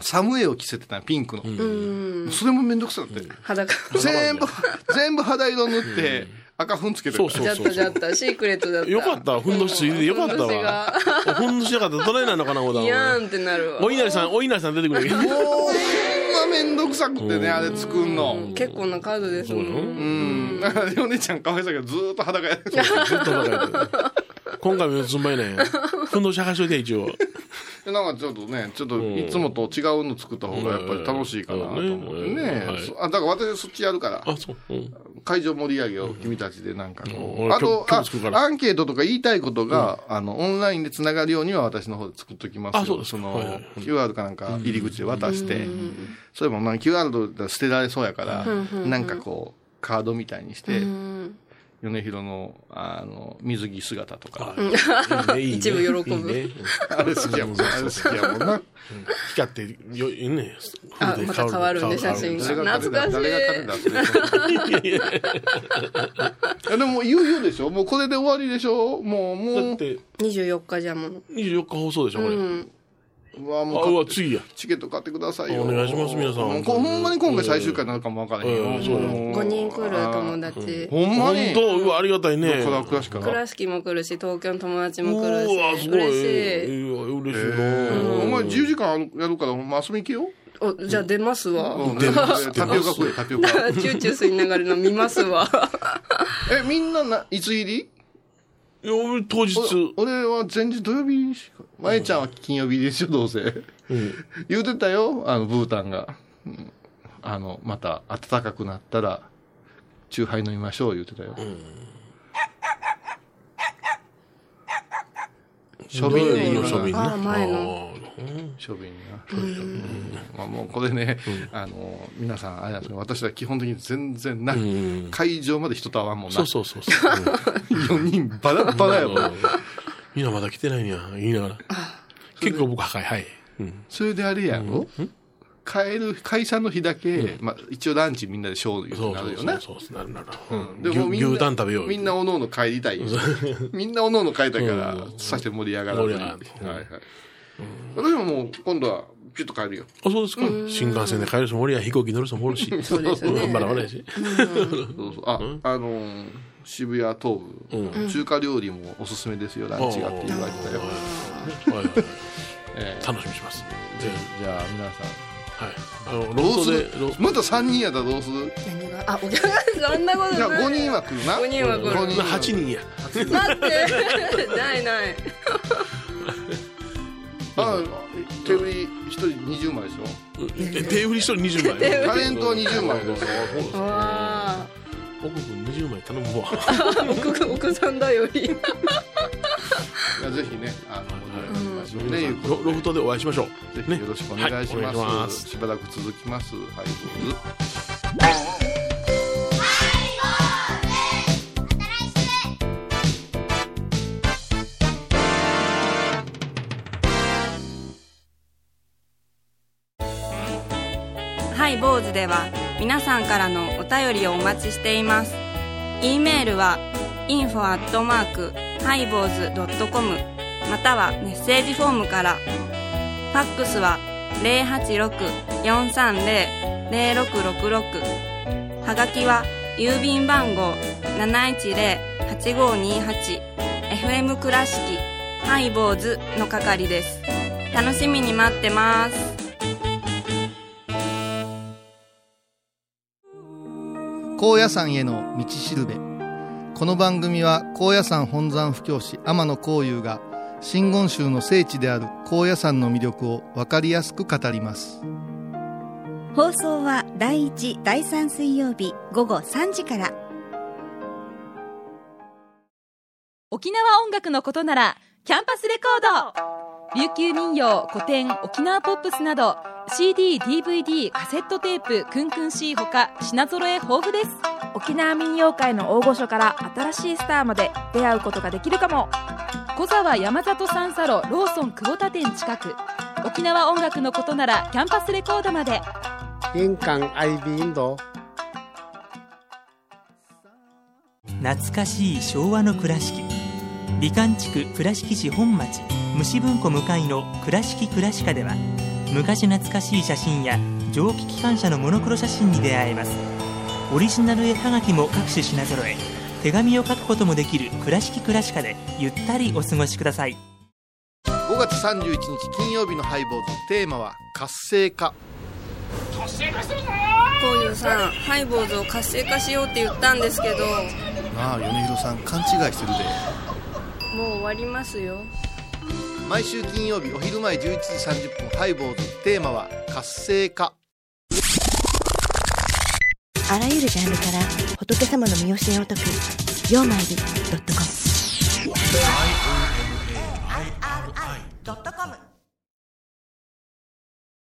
Speaker 3: サムエを着せてたピンクの。
Speaker 2: うん。
Speaker 3: それもめんどくさくなって。
Speaker 2: 裸。
Speaker 3: 全部、全部肌色塗って、赤粉つけて
Speaker 4: そうそう
Speaker 2: じゃったじゃった。シークレットだった。
Speaker 4: よかった。ふんどしついててよかったわ。ふんどしなかったらどないなのかな、おだ
Speaker 2: いやーんってなるわ。
Speaker 4: お稲荷さん、お稲荷さん出てくる。
Speaker 3: もう、ほんまめんどくさくてね、あれ作んの。
Speaker 2: 結構な数ですも。
Speaker 4: そうよ
Speaker 3: うんん。だから、ヨネちゃんかわいそうやけど、ずーっと裸やってた。
Speaker 4: ずっと戦ってる今回も四つん這いなんや。ふんどしはかしといて、一応。
Speaker 3: でなんかちょっとね、ちょっといつもと違うの作った方がやっぱり楽しいかなと思って
Speaker 4: うん
Speaker 3: ね
Speaker 4: はい。
Speaker 3: そあだから私そっちやるから。
Speaker 4: あ、そう。うん。
Speaker 3: 会場盛り上げを君たちでなんかこう、
Speaker 4: うん
Speaker 3: あと
Speaker 4: 曲曲作るから
Speaker 3: あアンケートとか言いたいことが、あのオンラインでつながるようには私の方で作っときますよ
Speaker 4: あそうですか
Speaker 3: の、
Speaker 4: はいはい
Speaker 3: QR かなんか入り口で渡して、それもまあ QR だったら捨てられそうやから、なんかこうカードみたいにして、
Speaker 2: うん
Speaker 3: 米広のあの水着姿とか、
Speaker 4: あいいねいいね
Speaker 2: 一部喜ぶ
Speaker 4: いいねうん
Speaker 3: あれ好きやもんなあれ好きやもんな
Speaker 4: 光って、よ、ね。
Speaker 2: あまた変わるんで写真
Speaker 3: 誰
Speaker 2: が
Speaker 3: が勝てた
Speaker 2: 懐かしい
Speaker 3: 誰が勝てたそれい やでもいよいよでしょもうこれで終わりでしょもうもう
Speaker 4: だって、
Speaker 2: 24日じゃもん。
Speaker 4: 24日放送でしょ、これ。
Speaker 3: うわも
Speaker 4: あ、
Speaker 3: う
Speaker 4: うわ、次や。
Speaker 3: チケット買ってくださいよ。
Speaker 4: お願いします皆さん
Speaker 3: もうこほんまに今回最終回になるかもわからへんよ。
Speaker 4: うんそうよ
Speaker 2: 5人来る友達。
Speaker 3: ほんま
Speaker 4: 本
Speaker 3: に。
Speaker 4: 当、うわ、ありがたいね。
Speaker 3: こだわくらしかな。
Speaker 2: 倉敷も来るし、東京の友達
Speaker 4: う
Speaker 2: も来る
Speaker 4: わ、
Speaker 2: し。
Speaker 4: すごい。
Speaker 2: 嬉しい。
Speaker 4: うわ嬉しい
Speaker 3: お
Speaker 4: な
Speaker 3: 前10時間あるやるから、ほんま遊びに来よ。
Speaker 2: お、じゃあ出ますわ。
Speaker 3: うんタピオカ食え、タピオ カ。
Speaker 2: チューチュー吸いながら飲みますわ。
Speaker 3: え、みんなないつ入り
Speaker 4: いや俺当日、
Speaker 3: お俺は前日土曜日しか。まえちゃんは金曜日でしょ、どうせ。言うてたよ、あの、ブータンが。うんあの、また暖かくなったら、チューハイ飲みましょう、言うてたよ。庶民でいいよ、
Speaker 4: 庶
Speaker 3: 庶
Speaker 4: 民
Speaker 3: 民
Speaker 4: ね。
Speaker 2: あ前
Speaker 4: の。
Speaker 3: 庶民な、まあ、もうこれね、あの皆さんあれなんですけど私ら基本的に全然な、
Speaker 4: ん
Speaker 3: 会場まで人と会わんもんな
Speaker 4: そうそうそうそう。
Speaker 3: 4人バラッバラやもん
Speaker 4: みんなまだ来てないんや、言いながら。結構僕、はい、はい。うん。
Speaker 3: それであれやろ、帰る、会社の日だけ、まあ、一応ランチみんなでしようよ
Speaker 4: そう
Speaker 3: にな
Speaker 4: そ
Speaker 3: る
Speaker 4: う
Speaker 3: よ
Speaker 4: そ
Speaker 3: な
Speaker 4: う。そう。なるなる。うん、
Speaker 3: でもみん
Speaker 4: 牛
Speaker 3: な
Speaker 4: 牛タン食べようよ。
Speaker 3: みんなおのおの帰りたい。 みんなおのおの帰りたいから、さして盛り上がらない。
Speaker 4: 盛り上がらない
Speaker 3: はいはい。私ももう、今度は、ピュッと帰るよ。
Speaker 4: あ、そうですか。新幹線で帰る人もおりや、飛行機乗る人も おるし。
Speaker 6: そうです
Speaker 4: う
Speaker 6: ね
Speaker 4: んバラバラやし。
Speaker 3: そうそう。あ、あのー渋谷東部、中華料理もおすすめですよ、ランチがって言われたよ。
Speaker 4: はいはい
Speaker 3: え
Speaker 4: 楽しみにします。
Speaker 3: ーじゃあ、皆さん。
Speaker 4: はい。あの、ロ
Speaker 3: どう
Speaker 4: ー
Speaker 3: す
Speaker 4: ソ
Speaker 3: る
Speaker 4: で、ロ
Speaker 3: また3人やったらどうする
Speaker 6: 何があ、お客 さん、そんなことない。
Speaker 3: じゃあ5人は来るな。
Speaker 6: 五人は来る
Speaker 3: 五人は
Speaker 4: 8人や。
Speaker 6: 待って。ないない。
Speaker 3: あ、手売り1人20枚でしょ。
Speaker 4: え手売りしたら20枚。
Speaker 6: 手売 り
Speaker 3: タレントは20枚
Speaker 4: そうそうそうそう
Speaker 6: わあ。
Speaker 4: 奥君20枚頼むわ。
Speaker 6: 奥、奥さんだより。
Speaker 3: いやぜひね、あの、お願いしましょうね。いうこと
Speaker 4: ロ
Speaker 3: で
Speaker 4: ロフトでお会いしましょう。
Speaker 3: ぜひよろしくお願いします。
Speaker 4: はいお願いします
Speaker 3: しばらく続きます。はい、どうぞ
Speaker 6: ハイボーズでは皆さんからのお便りをお待ちしています。e メールは info アットマークハイボーズドットコムまたはメッセージフォームから。ファックスは086-430-0666はがきは郵便番号710-8528 FM 倉敷ハイボーズの係です。楽しみに待ってます。
Speaker 2: 高野山への道しるべこの番組は高野山本山布教師天野幸雄が真言宗の聖地である高野山の魅力を分かりやすく語ります
Speaker 7: 放送は第1、第3水曜日午後3時から。
Speaker 1: 沖縄音楽のことならキャンパスレコード琉球民謡古典沖縄ポップスなど CDDVD カセットテープクンクン C ほか品揃え豊富です
Speaker 8: 沖縄民謡界の大御所から新しいスターまで出会うことができるかも
Speaker 1: 小沢山里三佐路ローソン久保田店近く沖縄音楽のことならキャンパスレコードまで
Speaker 9: 玄関アイビーインド
Speaker 10: 懐かしい昭和の倉敷美観地区倉敷市本町虫文庫向かいの「倉敷倉歯科」では昔懐かしい写真や蒸気機関車のモノクロ写真に出会えますオリジナル絵はがきも各種品揃え手紙を書くこともできる「倉敷倉歯科」でゆったりお過ごしください
Speaker 2: 5月31日金曜日のハイボーズテーマは活性化
Speaker 6: こういうさハイボーズを活性化しようって言ったんですけど
Speaker 2: なあ米広さん勘違いしてるで
Speaker 6: もう終わりますよ
Speaker 2: 毎週金曜日お昼前11時30分ハイボーズテーマは活性化
Speaker 7: あらゆるジャンルから仏様の身教えを解く、曜マイル .com。
Speaker 2: ハイボーズ